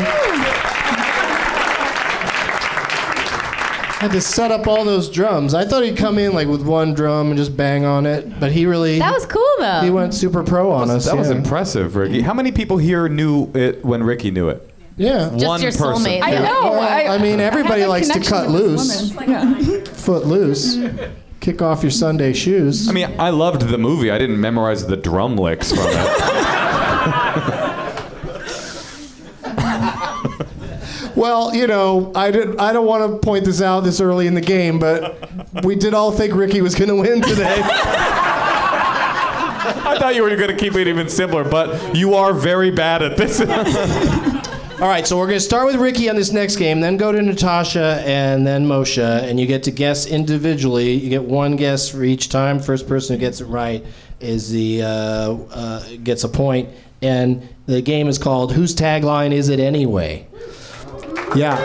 S4: Had to set up all those drums. I thought he'd come in like with one drum and just bang on it, but he really
S6: That was cool though.
S4: he went super pro on us.
S5: That was
S4: yeah.
S5: impressive, Ricky. How many people here knew it when Ricky knew it?
S4: Yeah.
S5: Just One your person. soulmate.
S8: I
S5: Yeah.
S8: know.
S4: Well,
S8: I,
S4: I mean, everybody
S8: had a
S4: likes to
S8: connection
S4: cut
S8: with this
S4: loose.
S8: woman. Yeah.
S4: Foot loose. Kick off your Sunday shoes.
S5: I mean, I loved the movie. I didn't memorize the drum licks from it.
S4: Well, you know, I did. I don't want to point this out this early in the game, but we did all think Ricky was going to win today.
S5: I thought you were going to keep it even simpler, but you are very bad at this.
S4: all right, so we're going to start with Ricky on this next game, then go to Natasha and then Moshe, and you get to guess individually. You get one guess for each time. First person who gets it right is the uh, uh, gets a point, and the game is called "Whose Tagline Is It Anyway." Yeah.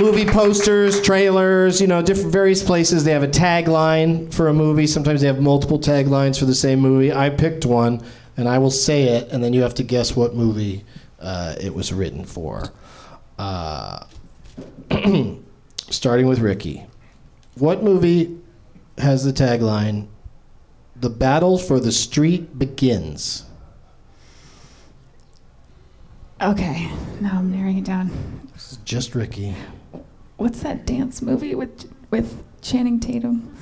S4: movie posters, trailers, you know, different various places. They have a tagline for a movie. Sometimes they have multiple taglines for the same movie. I picked one, and I will say it, and then you have to guess what movie uh, it was written for. Uh, starting with Ricky. What movie has the tagline, The Battle for the Street Begins?
S8: Okay. Now I'm narrowing it down.
S4: This is just Ricky.
S8: What's that dance movie with with Channing Tatum?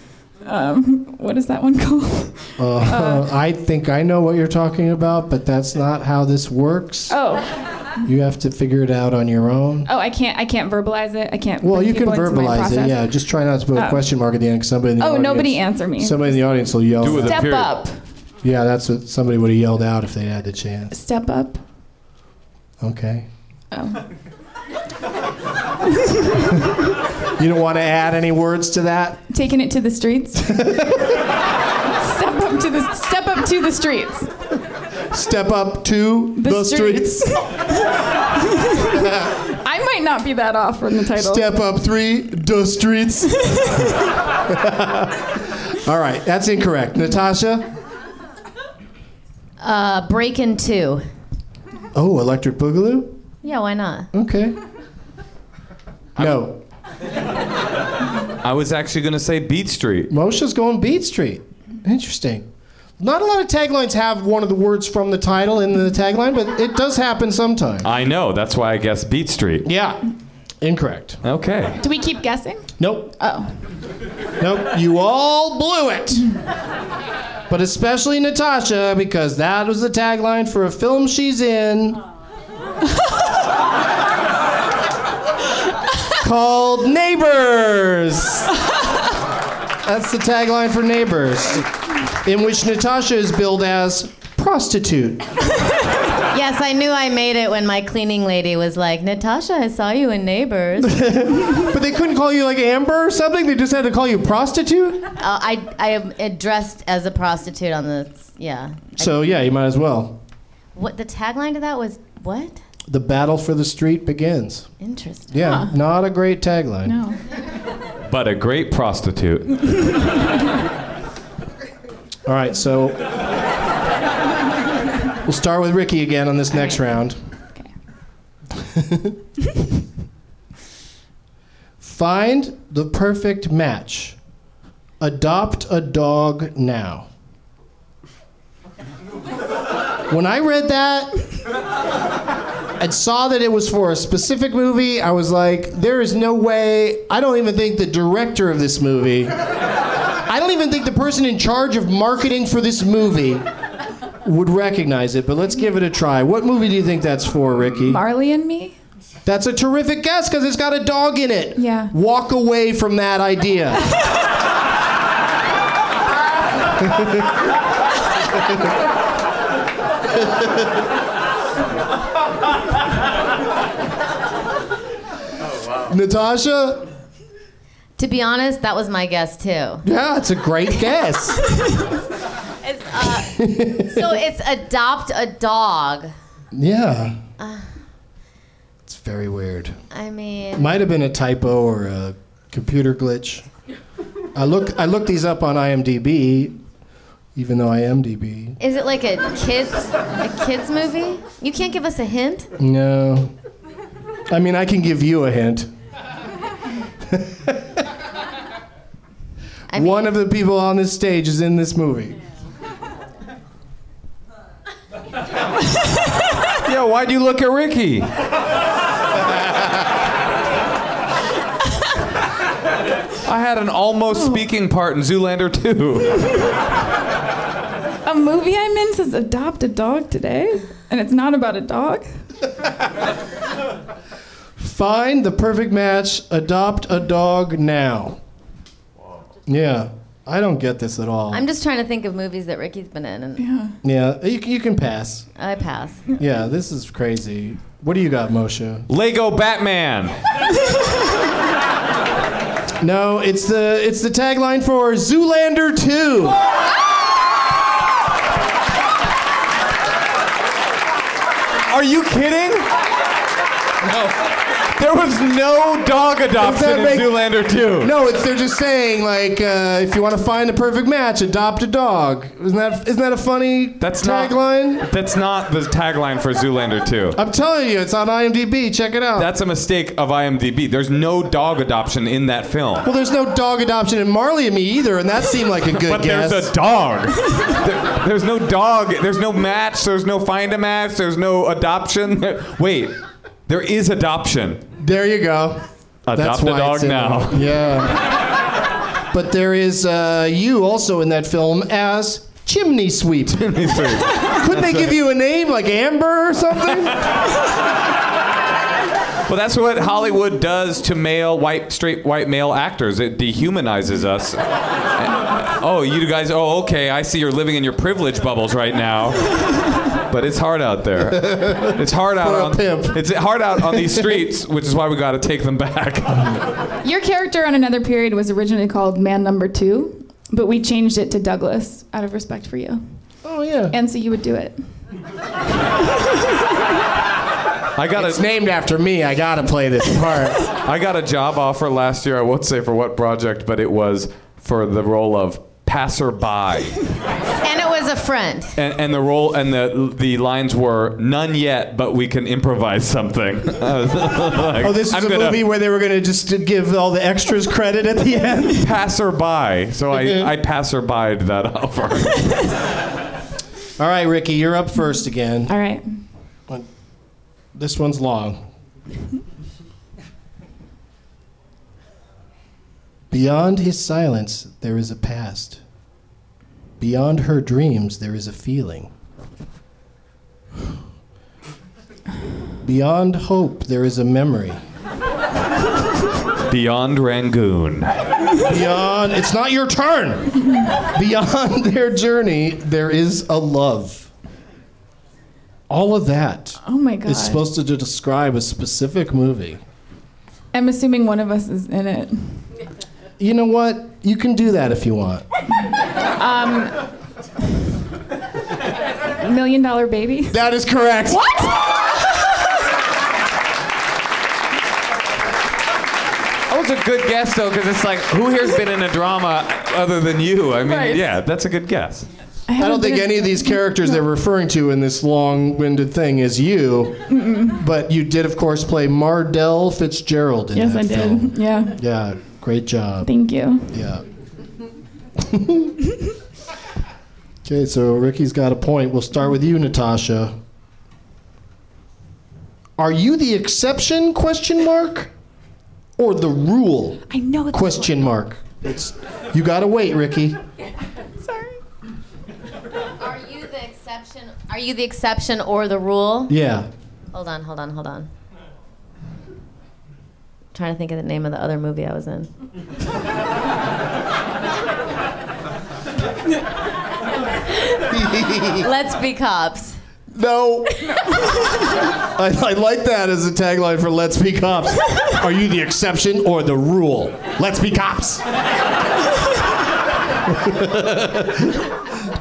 S8: Um, what is that one called?
S4: Uh, I think I know what you're talking about, but that's not how this works.
S8: Oh,
S4: You have to figure it out on your own.
S8: oh, I can't. I can't verbalize it. I can't.
S4: Well,
S8: bring
S4: you can
S8: people into my
S4: verbalize it.
S8: process.
S4: Yeah, just try not to put a
S8: Oh.
S4: question mark at the end. 'cause Somebody in the
S8: Oh,
S4: audience,
S8: nobody answer me.
S4: Somebody in the audience will yell.
S8: Do with a Step period. up.
S4: Yeah, that's what somebody would have yelled out if they had the chance.
S8: Step up.
S4: Okay.
S8: Oh.
S4: You don't want to add any words to that.
S8: Taking it to the streets. step up to the step up to the streets.
S4: Step up to the, streets.
S8: I might not be that off from the title.
S4: Step up three, the streets. All right, that's incorrect. Natasha.
S6: Uh, break in two.
S4: Oh, electric boogaloo.
S6: Yeah, why not?
S4: Okay. No,
S5: I was actually going to say Beat Street.
S4: Moshe's going Beat Street. Interesting. Not a lot of taglines have one of the words from the title in the tagline, but it does happen sometimes.
S5: I know. That's why I guess Beat Street.
S4: Yeah. Incorrect.
S5: Okay.
S8: Do we keep guessing?
S4: Nope.
S8: Oh.
S4: Nope. You all blew it. But especially Natasha, because that was the tagline for a film she's in. called Neighbors. That's the tagline for Neighbors, in which Natasha is billed as prostitute.
S6: Yes, I knew I made it when my cleaning lady was like, Natasha, I saw you in Neighbors. Uh,
S4: but they couldn't call you like Amber or something? They just had to call you prostitute?
S6: Uh, I, I am uh, dressed as a prostitute on the, yeah.
S4: So, yeah, you might as well.
S6: What, the tagline to that was, what?
S4: The battle for the street begins.
S6: Interesting.
S4: Yeah, not a great tagline.
S8: No.
S5: But a great prostitute.
S4: All right, so we'll start with Ricky again on this next round. Find the perfect match. Adopt a dog now. When I read that and saw that it was for a specific movie, I was like, there is no way. I don't even think the director of this movie I don't even think the person in charge of marketing for this movie would recognize it, but let's give it a try. What movie do you think that's for, Ricky?
S8: Marley and Me.
S4: That's a terrific guess because it's got a dog in it.
S8: Yeah.
S4: Walk away from that idea. Natasha?
S6: To be honest, that was my guess too.
S4: Yeah, it's a great guess.
S6: so it's adopt a dog.
S4: Yeah.
S6: Uh.
S4: It's very weird.
S6: I mean,
S4: Might have been a typo or a computer glitch. I look I looked these up on IMDb, even though I am DB.
S6: is it like a kids a kids movie? You can't give us a hint.
S4: No. I mean, I can give you a hint. One of the people on this stage is in this movie.
S5: yeah, why'd you look at Ricky? I had an almost speaking part in Zoolander 2.
S8: A movie I'm in says adopt a dog today, and it's not about a dog.
S4: Find the perfect match. Adopt a dog now. Yeah, I don't get this at all.
S6: I'm just trying to think of movies that Ricky's been in, and
S4: Yeah, you, you can pass.
S6: I pass.
S4: Yeah, this is crazy. What do you got, Moshe?
S5: Lego Batman.
S4: No, it's the it's the tagline for Zoolander 2.
S5: Are you kidding? No. There was no dog
S4: Does that
S5: adoption
S4: make-
S5: in Zoolander 2.
S4: No, it's, they're just saying like uh, if you want to find the perfect match, adopt a dog. Isn't that isn't that a funny
S5: That's not-
S4: tagline?
S5: That's not the tagline for Zoolander 2.
S4: I'm telling you, it's on IMDb. Check it out.
S5: That's a mistake of IMDb. There's no dog adoption in that film.
S4: well, there's no dog adoption in Marley and Me either, and that seemed like a good
S5: but
S4: guess.
S5: there's a dog. There- there's no dog. There's no match. There's no find a match. There's no adoption. There- wait, there is adoption.
S4: There you go.
S5: Adopt a
S4: why
S5: dog
S4: it's in there.
S5: now.
S4: Yeah. but there is uh, you also in that film as Chimney Sweep. Chimney
S5: Sweep.
S4: Couldn't they
S5: That's
S4: give
S5: right.
S4: you a name like Amber or something?
S5: Well, that's what Hollywood does to male white straight white male actors. It dehumanizes us. And- oh, you guys. Oh, okay. I see you're living in your privilege bubbles right now. But it's hard out there. It's hard out
S4: For a
S5: on it's hard out on these streets, which is why we got to take them back.
S8: Your character on another period was originally called Man Number Two, but we changed it to Douglas out of respect for you.
S4: Oh yeah.
S8: And so you would do it.
S5: I got
S4: it's named after me. I gotta play this part.
S5: I got a job offer last year. I won't say for what project, but it was for the role of passerby.
S6: And it was a friend.
S5: And, and the role and the the lines were none yet, but we can improvise something.
S4: oh, this is a movie where they were gonna just give all the extras credit at the end.
S5: Passerby. So I I passerbyed that offer.
S4: All right, Ricky, you're up first again.
S8: All right.
S4: This one's long. Beyond his silence, there is a past. Beyond her dreams, there is a feeling. Beyond hope, there is a memory.
S5: Beyond Rangoon.
S4: Beyond, it's not your turn. Beyond their journey, there is a love. All of that is
S8: Oh my god.
S4: supposed to de- describe a specific movie.
S8: I'm assuming one of us is in it.
S4: You know what? You can do that if you want.
S8: Um, million Dollar Baby.
S4: That is correct.
S5: That was a good guess though, because it's like who here's been in a drama other than you? I mean,
S8: Right.
S5: yeah, that's a good guess.
S8: I
S4: I, don't
S8: haven't
S4: think
S8: been-
S4: any of these characters they're referring to in this long-winded thing is you, but you did, of course, play Mardell Fitzgerald in
S8: Yes,
S4: that
S8: I did.
S4: film.
S8: Yeah.
S4: Yeah, great job.
S8: Thank you.
S4: Yeah. okay, so Ricky's got a point. We'll start with you, Natasha. Are you the exception? Question mark, or the rule?
S8: I know. It's
S4: Question mark. It's you gotta wait, Ricky.
S6: Are you the exception? Are you the exception or the rule?
S4: Yeah.
S6: Hold on, hold on, hold on. trying to think of the name of the other movie I was in. Let's be cops.
S4: No. I, I like that as a tagline for Let's Be Cops. Are you the exception or the rule? Let's be cops.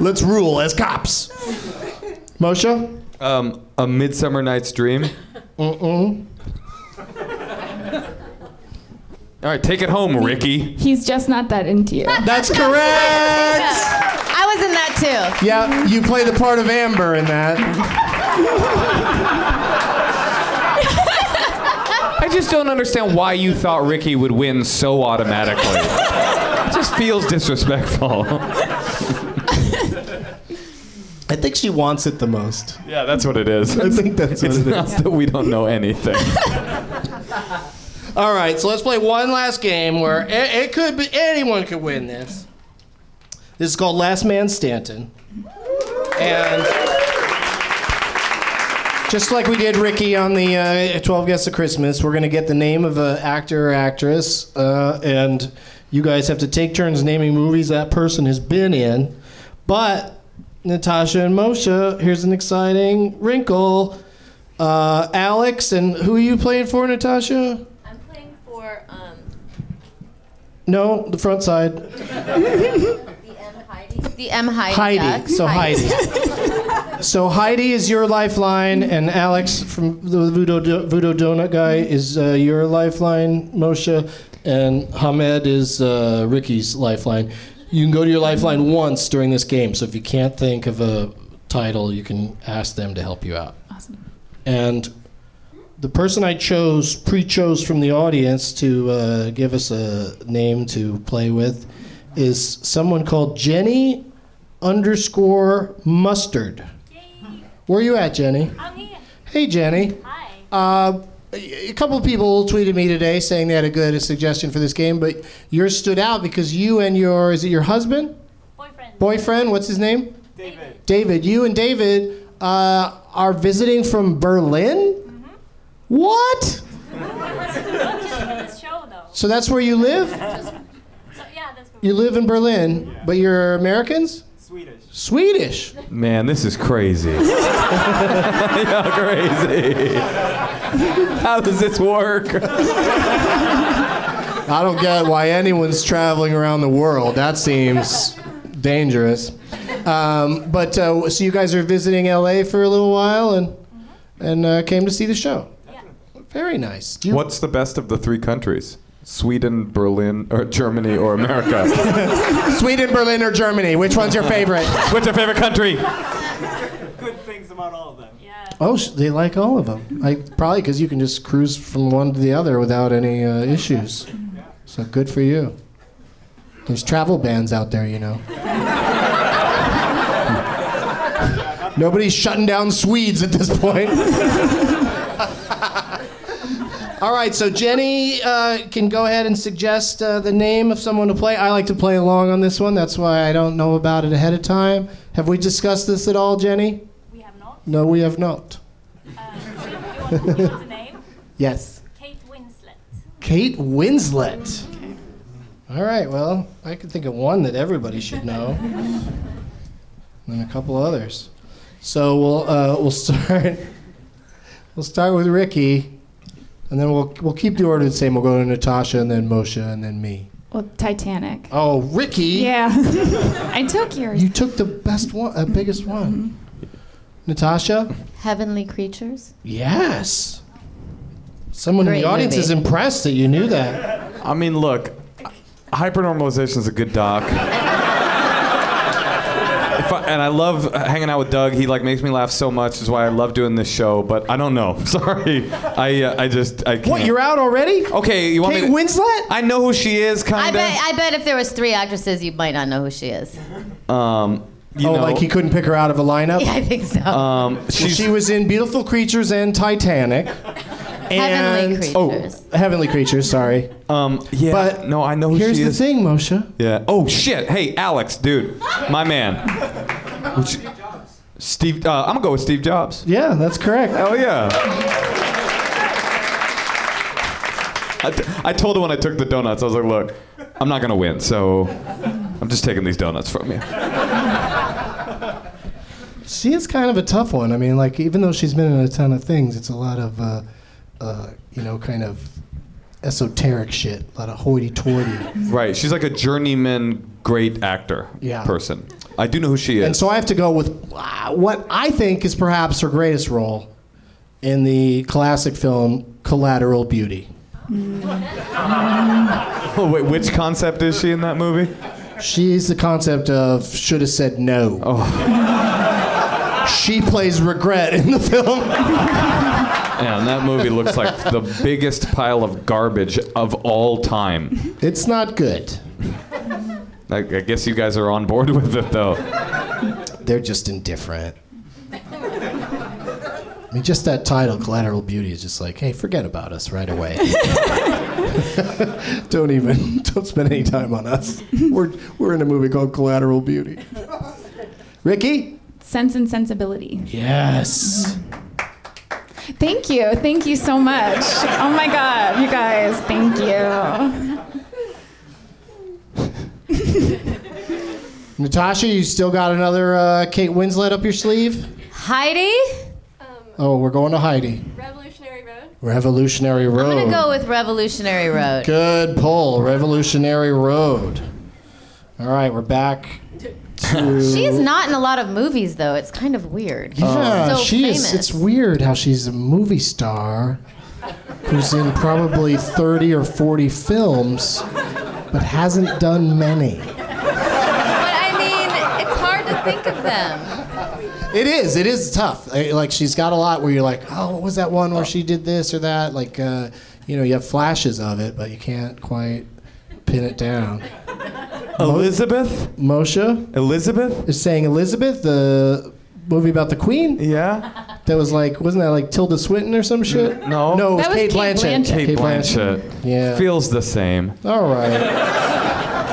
S4: Let's rule as cops. Moshe?
S5: Um, a Midsummer Night's Dream.
S4: Mm-mm.
S5: All right, take it home, Ricky.
S8: He's just not that into you.
S4: That's correct.
S6: I was in that too.
S4: Yeah, you play the part of Amber in that.
S5: I just don't understand why you thought Ricky would win so automatically. it just feels disrespectful.
S4: I think she wants it the most.
S5: yeah, that's what it is.
S4: I think that's what
S5: it's
S4: it
S5: not
S4: is.
S5: that we don't know anything.
S4: All right, so let's play one last game where it, it could be anyone could win this. This is called Last Man Stanton, and just like we did Ricky on the uh, Twelve Guests of Christmas, we're gonna get the name of an actor or actress, uh, and you guys have to take turns naming movies that person has been in. But Natasha and Moshe, here's an exciting wrinkle. Uh, Alex, and who are you playing for, Natasha?
S6: I'm playing for um,
S4: No, the front side.
S6: the M Heidi.
S4: Heidi.
S6: Duck.
S4: So Heidi. so Heidi is your lifeline, and Alex from the Voodoo, Do- Voodoo Donut guy is uh, your lifeline, Moshe, and Hamed is uh, Ricky's lifeline. You can go to your lifeline once during this game, so if you can't think of a title, you can ask them to help you out.
S8: Awesome.
S4: And the person I chose, pre chose from the audience to uh, give us a name to play with, is someone called Jenny underscore mustard. Where you at, Jenny? I'm here. Hey, Jenny. Hi. Uh, a couple of people tweeted me today saying they had a good suggestion for this game, but yours stood out because you and your is it your husband? Boyfriend. Boyfriend. What's his name? David. David. You and David uh, are visiting from Berlin. What? So that's where you live? You live in Berlin, but you're Americans? Swedish. Swedish.
S5: Man, this is crazy. You're crazy. How does this work?
S4: I don't get why anyone's traveling around the world. That seems dangerous. Um, but uh, so you guys are visiting LA for a little while and and uh, came to see the show. Very nice. Do you-
S5: What's the best of the three countries? Sweden, Berlin, or Germany, or America?
S4: Sweden, Berlin, or Germany? Which one's your favorite?
S5: What's your favorite country?
S4: Oh, sh- they like all of them. I, probably because you can just cruise from one to the other without any uh, issues. So good for you. There's travel bans out there, you know. Nobody's shutting down Swedes at this point. all right, so Jenny uh, can go ahead and suggest uh, the name of someone to play. I like to play along on this one. That's why I don't know about it ahead of time. Have we discussed this at all, Jenny? No, we have not. yes. Kate Winslet. Kate Winslet. All right, well, I can think of one that everybody should know, and a couple others. So we'll, uh, we'll start. We'll start with Ricky, and then we'll, we'll keep the order the same. We'll go to Natasha, and then Moshe, and then me.
S8: Well, Titanic.
S4: Oh, Ricky!
S8: Yeah. I took yours.
S4: You took the best one, uh, biggest one.
S6: Mm-hmm.
S4: Natasha?
S6: Heavenly creatures.
S4: Yes. Someone in
S6: Great
S4: the audience
S6: movie.
S4: is impressed that you knew that.
S5: I mean, look, hypernormalization is a good doc. If I- and I love hanging out with Doug. He like makes me laugh so much. Is why I love doing this show. But I don't know. Sorry, I uh, I just I can't.
S4: What, you're out already?
S5: Okay, you want
S4: Kate
S5: me? to-
S4: Winslet?
S5: I know who she is,
S6: I
S5: kind
S6: bet.
S5: of.
S6: I bet if there was three actresses, you might not know who she is.
S5: Um, you
S4: oh,
S5: know,
S4: like he couldn't pick her out of a lineup?
S6: I think so.
S5: Um,
S4: Well,
S5: she's
S4: she was in Beautiful Creatures and Titanic. and
S6: Heavenly Creatures.
S4: Oh, Heavenly Creatures, sorry.
S5: um yeah.
S4: But
S5: no, I know who
S4: Here's
S5: she
S4: the
S5: is.
S4: thing, Moshe.
S5: Yeah. Oh shit. Hey, Alex, dude, my man. Which- Steve. Uh, I'm gonna go with Steve Jobs.
S4: Yeah, that's correct.
S5: Hell yeah. I, t- I told her when I took the donuts, I was like, look, I'm not gonna win, so I'm just taking these donuts from you.
S4: She is kind of a tough one. I mean, like even though she's been in a ton of things, it's a lot of, uh, uh, you know, kind of esoteric shit, a lot of hoity-toity.
S5: Right. She's like a journeyman great actor
S4: Yeah.
S5: person. I do know who she is.
S4: And so I have to go with uh, what I think is perhaps her greatest role in the classic film Collateral Beauty.
S5: Oh, wait, which concept is she in that movie?
S4: She's the concept of should have said no. she plays regret in the film.
S5: And that movie looks like the biggest pile of garbage of all time.
S4: It's not good.
S5: I, I guess you guys are on board with it, though.
S4: They're just indifferent. I mean, just that title, Collateral Beauty, is just like, hey, forget about us right away. don't even, don't spend any time on us. We're, we're in a movie called Collateral Beauty. Ricky?
S8: Sense and Sensibility.
S4: Yes.
S8: Thank you. Thank you so much. Oh my God, you guys, thank you.
S4: Natasha, you still got another uh, Kate Winslet up your sleeve?
S6: Heidi.
S4: Oh, we're going to Heidi. Revolutionary Road. Revolutionary Road.
S6: I'm gonna go with Revolutionary Road.
S4: Good pull, Revolutionary Road. All right, we're back. To...
S6: She is not in a lot of movies though. It's kind of weird.
S4: Yeah,
S6: so
S4: um, she is.
S6: famous.
S4: It's weird how she's a movie star who's in probably 30 or 40 films, but hasn't done many.
S6: But I mean, it's hard to think of them.
S4: It is. It is tough. I- Like she's got a lot where you're like, oh, what was that one where she did this or that? Like, uh, you know, you have flashes of it, but you can't quite pin it down.
S5: Elizabeth?
S4: Moshe
S5: Elizabeth?
S4: is saying Elizabeth, the movie about the Queen.
S5: Yeah?
S4: That was like, wasn't that like Tilda Swinton or some shit?
S5: No,
S4: no, it was
S8: That was
S4: Kate
S8: Kate
S4: Blanchett.
S8: Blanchett.
S5: Kate Blanchett.
S4: Yeah.
S5: Feels the same.
S4: All right.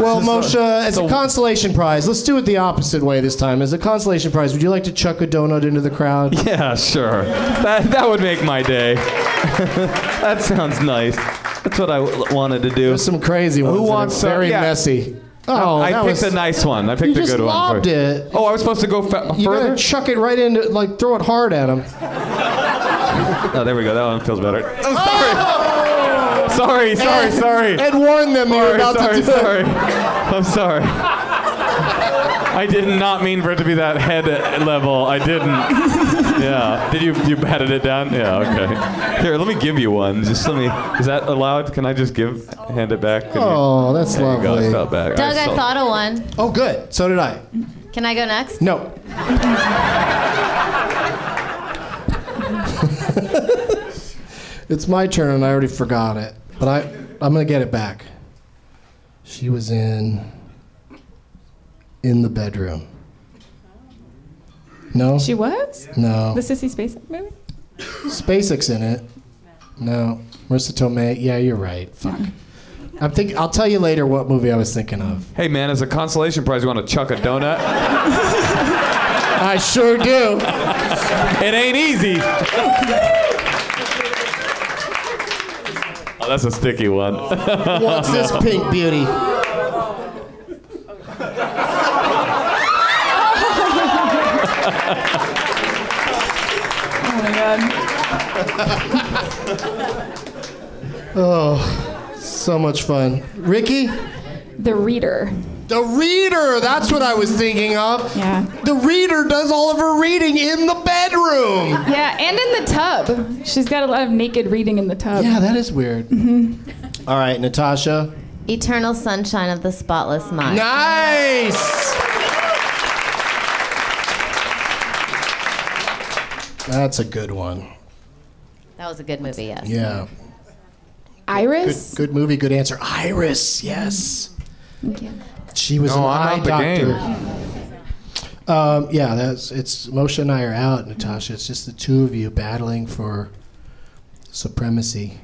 S4: Well, Moshe, as a consolation prize, let's do it the opposite way this time. As a consolation prize, would you like to chuck a donut into the crowd?
S5: Yeah, sure. That, that would make my day. that sounds nice. That's what I w- wanted to do. There's
S4: some crazy ones
S5: Who
S4: that are
S5: wants
S4: very
S5: yeah.
S4: messy.
S5: No,
S4: Oh,
S5: I
S4: that
S5: picked
S4: was-
S5: a nice one. I picked
S4: you
S5: a good
S4: just
S5: one.
S4: lobbed
S5: first.
S4: it.
S5: Oh, I was supposed to go fa-
S4: You
S5: further.
S4: better chuck it right into, like, throw it hard at him.
S5: oh, there we go. That one feels better. Oh, sorry. Sorry. Sorry.
S4: Ed-
S5: sorry.
S4: Ed warned them you were
S5: Sorry,
S4: about
S5: sorry,
S4: to do
S5: sorry.
S4: it.
S5: I'm sorry. I did not mean for it to be that head level. I didn't. Yeah. Did you you batted it down? Yeah. Okay. Here, let me give you one. Just let me. Is that allowed? Can I just give hand it back? Can you-
S4: Oh, that's
S5: there You go.
S4: lovely.
S5: It's not bad.
S6: Doug, I
S5: sold-
S6: thought of one.
S4: Oh, good. So did I.
S6: Can I go next?
S4: No. it's my turn, and I already forgot it. But I, I'm gonna get it back. She was in. In the bedroom. No.
S8: She was?
S4: No.
S8: The Sissy Spacek movie?
S4: SpaceX in it. No. Marissa Tomei. Yeah, you're right. Fuck. I'm think. I'll tell you later what movie I was thinking of.
S5: Hey man, as a consolation prize, you want to chuck a donut?
S4: I sure do.
S5: it ain't easy. Oh, that's a sticky one.
S4: What's this pink beauty?
S8: Oh my god.
S4: Oh, so much fun. Ricky?
S8: The Reader.
S4: The Reader! That's what I was thinking of.
S8: Yeah.
S4: The Reader does all of her reading in the bedroom.
S8: Yeah, and in the tub. She's got a lot of naked reading in the tub.
S4: Yeah, that is weird. Mm-hmm. All right, Natasha.
S6: Eternal Sunshine of the Spotless Mind.
S4: Nice! That's a good one.
S6: That was a good movie, yes.
S4: Yeah. Good,
S8: Iris?
S4: good movie, good answer. Iris, yes. She was
S5: No,
S4: an
S5: I'm
S4: eye
S5: out the
S4: doctor.
S5: game.
S4: Um, yeah, that's it's. Moshe and I are out, Natasha. It's just the two of you battling for supremacy.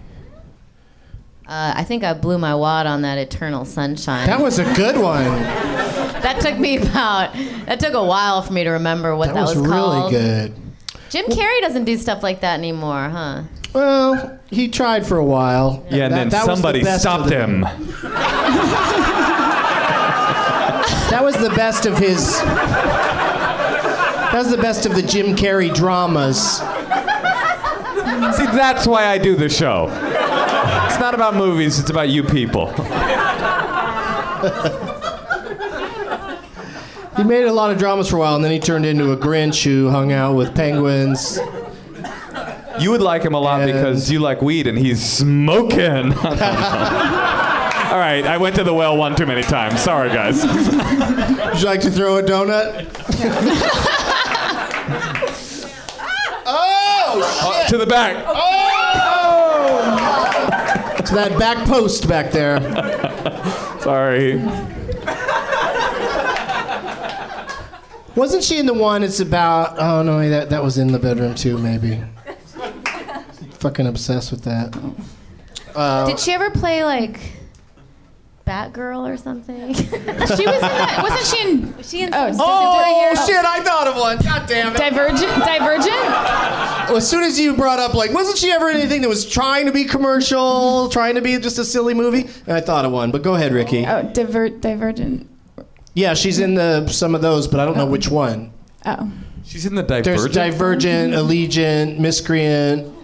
S6: Uh, I think I blew my wad on that Eternal Sunshine.
S4: That was a good one.
S6: That took me about. That took a while for me to remember
S4: That,
S6: what that,
S4: was, really
S6: called.
S4: good.
S6: Jim Carrey doesn't do stuff like that anymore, huh?
S4: Well, he tried for a while.
S5: Yeah, and
S4: That-
S5: then
S4: that was the
S5: somebody
S4: best of
S5: stopped
S4: the-
S5: him.
S4: That was the best of his. That was the best of the Jim Carrey dramas.
S5: See, that's why I do the show. It's not about movies, it's about you people.
S4: He made a lot of dramas for a while, and then he turned into a Grinch who hung out with penguins.
S5: You would like him a lot because you like weed and he's smoking. All right, I went to the well one too many times. Sorry, guys.
S4: Would you like to throw a donut? Oh!
S5: Uh, to the back.
S4: To that back post back there.
S5: Sorry.
S4: Wasn't she in the one it's about oh no, that that was in the bedroom too, maybe. Fucking obsessed with that. Uh,
S6: Did she ever play like Batgirl or something?
S8: She was in that. Wasn't she in
S6: Was she in
S8: Oh,
S6: some-
S4: oh shit, I thought of one. God damn it.
S8: Divergent? Divergent?
S4: As soon as you brought up like, wasn't she ever in anything that was trying to be commercial, trying to be just a silly movie? And I thought of one, but go ahead, Ricky.
S8: Oh, divert, Divergent.
S4: Yeah, she's in the some of those, but I don't know which one.
S8: Oh.
S5: She's in the
S4: There's
S5: divergent.
S4: Divergent, Allegiant, Miscreant,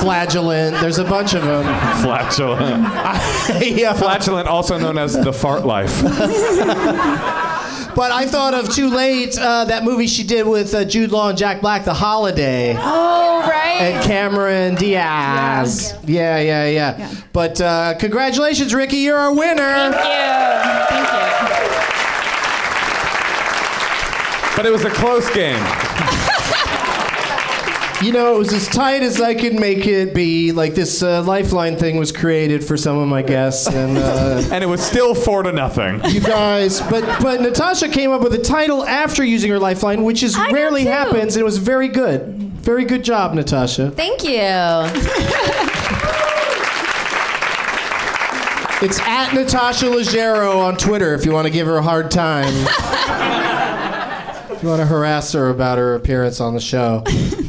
S4: Flagellant. There's a bunch of them.
S5: Flatulent.
S4: yeah.
S5: Flatulent, also known as the fart life.
S4: But I thought of too late uh, that movie she did with uh, Jude Law and Jack Black, The Holiday,
S8: Oh, right.
S4: and Cameron Diaz. Yeah, yeah, yeah. But uh, congratulations, Ricky, you're our winner.
S8: Thank you. Thank you.
S5: But it was a close game.
S4: You know, it was as tight as I could make it be. Like this uh, lifeline thing was created for some of my guests, and uh,
S5: and it was still four to nothing.
S4: you guys. But but Natasha came up with a title after using her lifeline, which is rarely happens, and it was very good. Very good job, Natasha.
S6: Thank you.
S4: It's at Natasha Leggero on Twitter if you want to give her a hard time. if you want to harass her about her appearance on the show.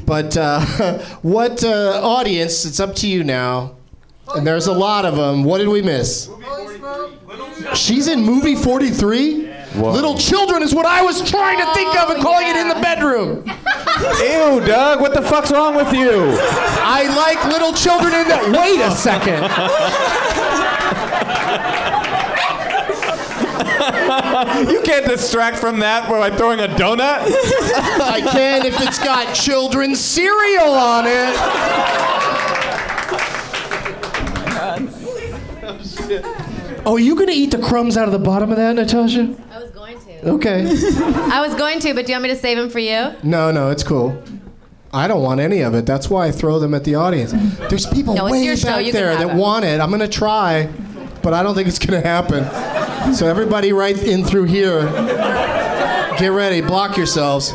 S4: But uh, what uh, audience? It's up to you now. And there's a lot of them. What did we miss? She's in movie 43? Little Children is what I was trying to think of and calling it in the bedroom.
S5: Ew, Doug, what the fuck's wrong with you?
S4: I like little children in that. Wait a second.
S5: you can't distract from that by throwing a donut.
S4: I can if it's got children's cereal on it. Oh, are you going to eat the crumbs out of the bottom of that, Natasha?
S6: I was going to.
S4: Okay.
S6: I was going to, but do you want me to save him for you?
S4: No, no, it's cool. I don't want any of it. That's why I throw them at the audience. There's people
S6: No, it's
S4: way
S6: your
S4: back
S6: show. You can
S4: there
S6: have
S4: that
S6: them.
S4: want it. I'm going to try, but I don't think it's going to happen. So everybody right in through here, get ready. Block yourselves.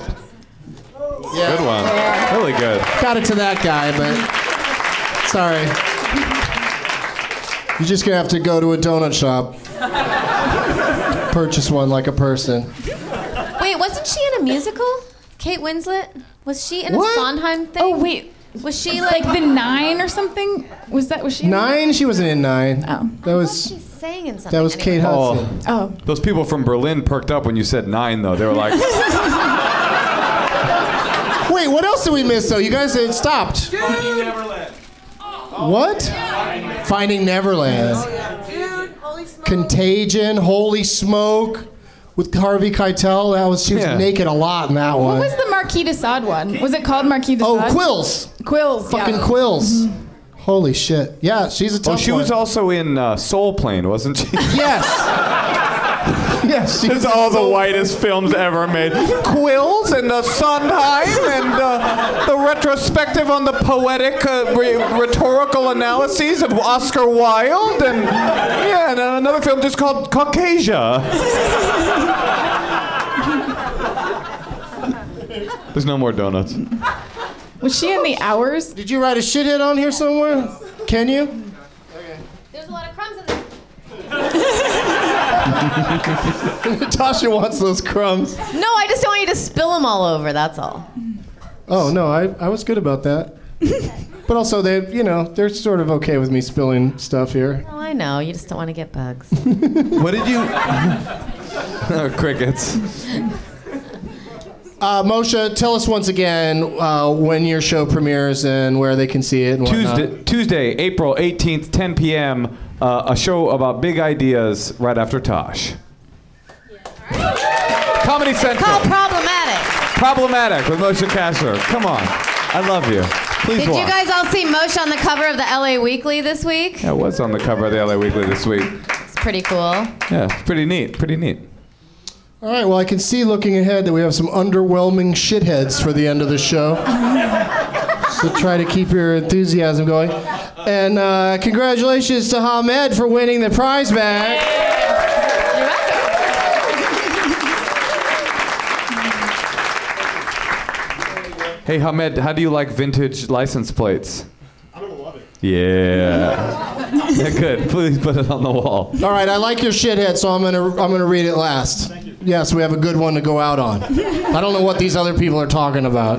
S5: Good one. Really good.
S4: Got it to that guy, but sorry. You're just gonna have to go to a donut shop, purchase one like a person.
S6: Wait, wasn't she in a musical? Kate Winslet? Was she in
S8: What?
S6: a Sondheim thing? Oh wait, was she like,
S8: Like the nine or something? Was that was she? in that?
S4: Nine? She wasn't in nine. Oh, that was
S6: sang in something?
S4: that was Kate Hudson.
S8: Oh.
S5: Those people from Berlin perked up when you said nine, though. They were like,
S4: Wait, what else did we miss though? You guys had stopped. Finding Neverland. What? Finding Neverland. Contagion. Holy smoke. With Harvey Keitel, that was she was
S8: Yeah.
S4: naked a lot in that one.
S8: What was the Marquis de Sade one? Was it called Marquis de
S4: Oh,
S8: Sade?
S4: Quills.
S8: Quills.
S4: Fucking
S8: yeah.
S4: Quills. Holy shit. Yeah, she's a tough
S5: "Oh, she
S4: one.
S5: was also in uh, Soul Plane, wasn't she?"
S4: Yes. yes. She
S5: It's all the whitest films ever made. Quills and the Sondheim and uh, the retrospective on the poetic uh, re- rhetorical analyses of Oscar Wilde and yeah, and another film just called Caucasia. There's no more donuts.
S8: Was she in the hours?
S4: Did you write a shithead on here somewhere? Can you?
S6: There's a lot of crumbs in there.
S4: Natasha wants those crumbs.
S6: No, I just don't want you to spill them all over. That's all.
S4: Oh no, I, I was good about that. but also they you know, they're sort of okay with me spilling stuff here.
S6: Oh, I know. You just don't want to get bugs.
S5: What did you? oh, crickets.
S4: Uh, Moshe, tell us once again uh, when your show premieres and where they can see it and whatnot.
S5: Tuesday, Tuesday, April 18th, 10 p.m. Uh, a show about big ideas right after Tosh. Comedy Central.
S6: Call problematic.
S5: Problematic with Moshe Kasher. Come on. I love you. Please
S6: Did
S5: watch.
S6: you guys all see Moshe on the cover of the LA Weekly this week?
S5: that was on the cover of the LA Weekly this week.
S6: It's pretty cool.
S5: Yeah, it's pretty neat. Pretty neat.
S4: All right, well I can see looking ahead that we have some underwhelming shitheads for the end of the show. So try to keep your enthusiasm going. And uh, congratulations to Hamed for winning the prize bag.
S5: Hey, Hamed, how do you like vintage license plates? I'm going to love it. Yeah. yeah. Good. Please put it on the wall.
S4: All right, I like your shithead, so I'm gonna I'm gonna read it last. Thank you. Yes, we have a good one to go out on. I don't know what these other people are talking about,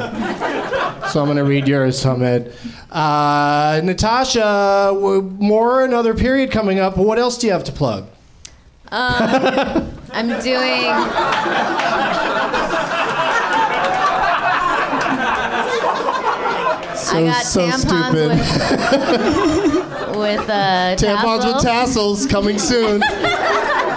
S4: so I'm gonna read yours, Hamed. Uh, Natasha, w- more another period coming up. What else do you have to plug?
S6: Um, I'm doing. I got
S4: so
S6: tampons
S4: stupid.
S6: with with uh,
S4: Tampons with tassels coming soon.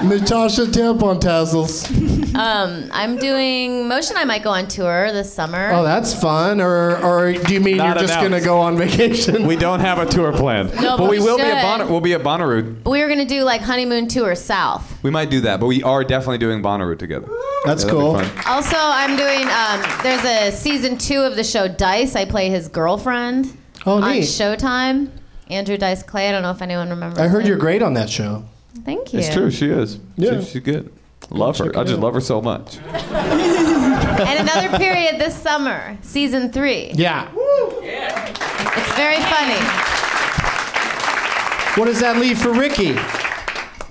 S4: Natasha tampon tassels.
S6: Um, I'm doing Motion. I might go on tour this summer.
S4: Oh, that's fun. Or, or do you mean you're
S5: Not
S4: just gonna
S5: announced.
S4: go on vacation?
S5: We don't have a tour planned,
S6: No, but
S5: we,
S6: we
S5: will be at
S6: should.
S5: Bonnaroo. We'll be at Bonnaroo.
S4: Oh.
S6: we were gonna do like honeymoon tour south.
S5: We might do that, but we are definitely doing Bonnaroo together.
S4: That's
S5: that'd be
S4: cool.
S5: fun.
S6: Also, I'm doing. Um, there's a season two of the show Dice. I play his girlfriend
S4: Oh,
S6: on
S4: neat.
S6: Showtime. Andrew Dice Clay. I don't know if anyone remembers.
S4: I heard
S6: him.
S4: you're great on that show.
S6: Thank you.
S5: It's true. She is.
S4: Yeah.
S5: She, she's good. Love her. I just love her so much.
S6: and another period this summer, season three.
S4: Yeah.
S6: It's very funny.
S4: What does that leave for Ricky?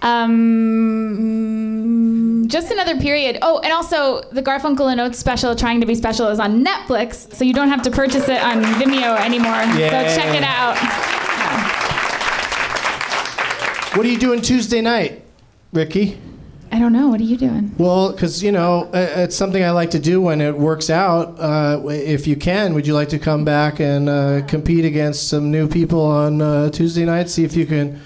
S8: Um, just another period. Oh, and also the Garfunkel and Oates special, Trying to Be Special, is on Netflix, so you don't have to purchase it on Vimeo anymore.
S4: Yeah.
S8: So check it out.
S4: What are you doing Tuesday night, Ricky?
S8: I don't know. What are you doing?
S4: Well, because you know i- it's something I like to do when it works out. Uh, w- if you can, would you like to come back and uh, compete against some new people on uh, Tuesday night? See if you can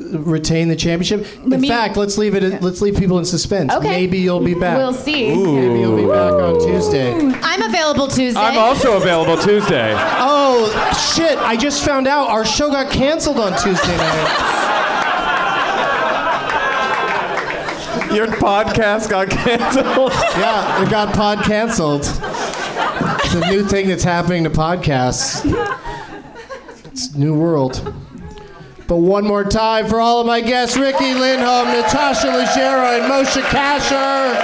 S4: uh, retain the championship. In
S8: me-
S4: fact, let's leave it. at- Let's leave people in suspense.
S8: Okay.
S4: Maybe you'll be back.
S8: We'll see.
S4: Maybe you'll be back on Tuesday.
S6: I'm available Tuesday.
S5: available Tuesday.
S4: Oh shit! I just found out our show got canceled on Tuesday night.
S5: Your podcast got canceled.
S4: yeah, it got pod canceled. It's a new thing that's happening to podcasts. It's a new world. But one more time for all of my guests: Ricky Lindholm, Natasha Leggero, and Moshe Kasher.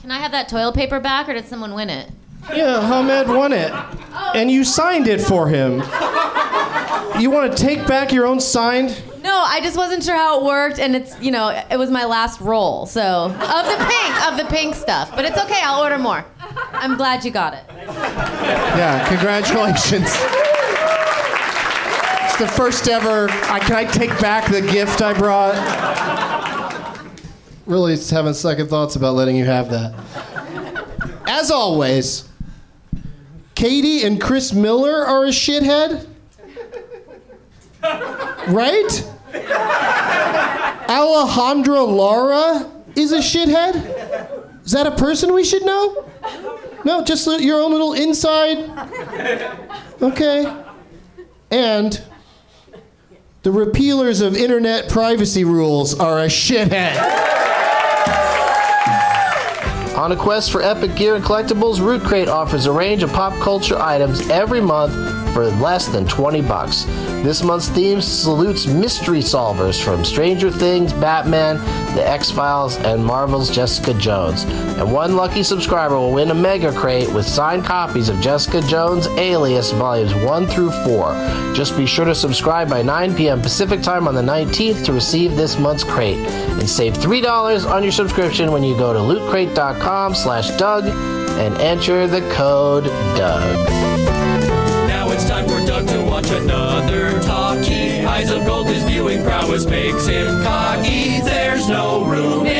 S6: Can I have that toilet paper back, or did someone win it?
S4: Yeah, Hamed won it, and you signed it for him. You want to take back your own signed?
S6: No, I just wasn't sure how it worked, and it's you know it was my last roll, so of the pink of the pink stuff. But it's okay, I'll order more. I'm glad you got it.
S4: Yeah, congratulations. It's the first ever. I, can I take back the gift I brought? Really having second thoughts about letting you have that. As always, Katie and Chris Miller are a shithead. Right? Alejandra Lara is a shithead? Is that a person we should know? No, just li- your own little inside. Okay. And the repealers of internet privacy rules are a shithead.
S1: On a quest for epic gear and collectibles, Root Crate offers a range of pop culture items every month for less than 20 bucks. This month's theme salutes mystery solvers from Stranger Things, Batman, The X Files, and Marvel's Jessica Jones. And one lucky subscriber will win a Mega Crate with signed copies of Jessica Jones Alias Volumes 1 through 4. Just be sure to subscribe by 9 p.m. Pacific Time on the 19th to receive this month's crate. And save $3 on your subscription when you go to lootcrate.com slash Doug and enter the code Doug.
S2: Now it's time for Doug to watch another talkie. Eyes of gold, his viewing prowess makes him cocky. There's no room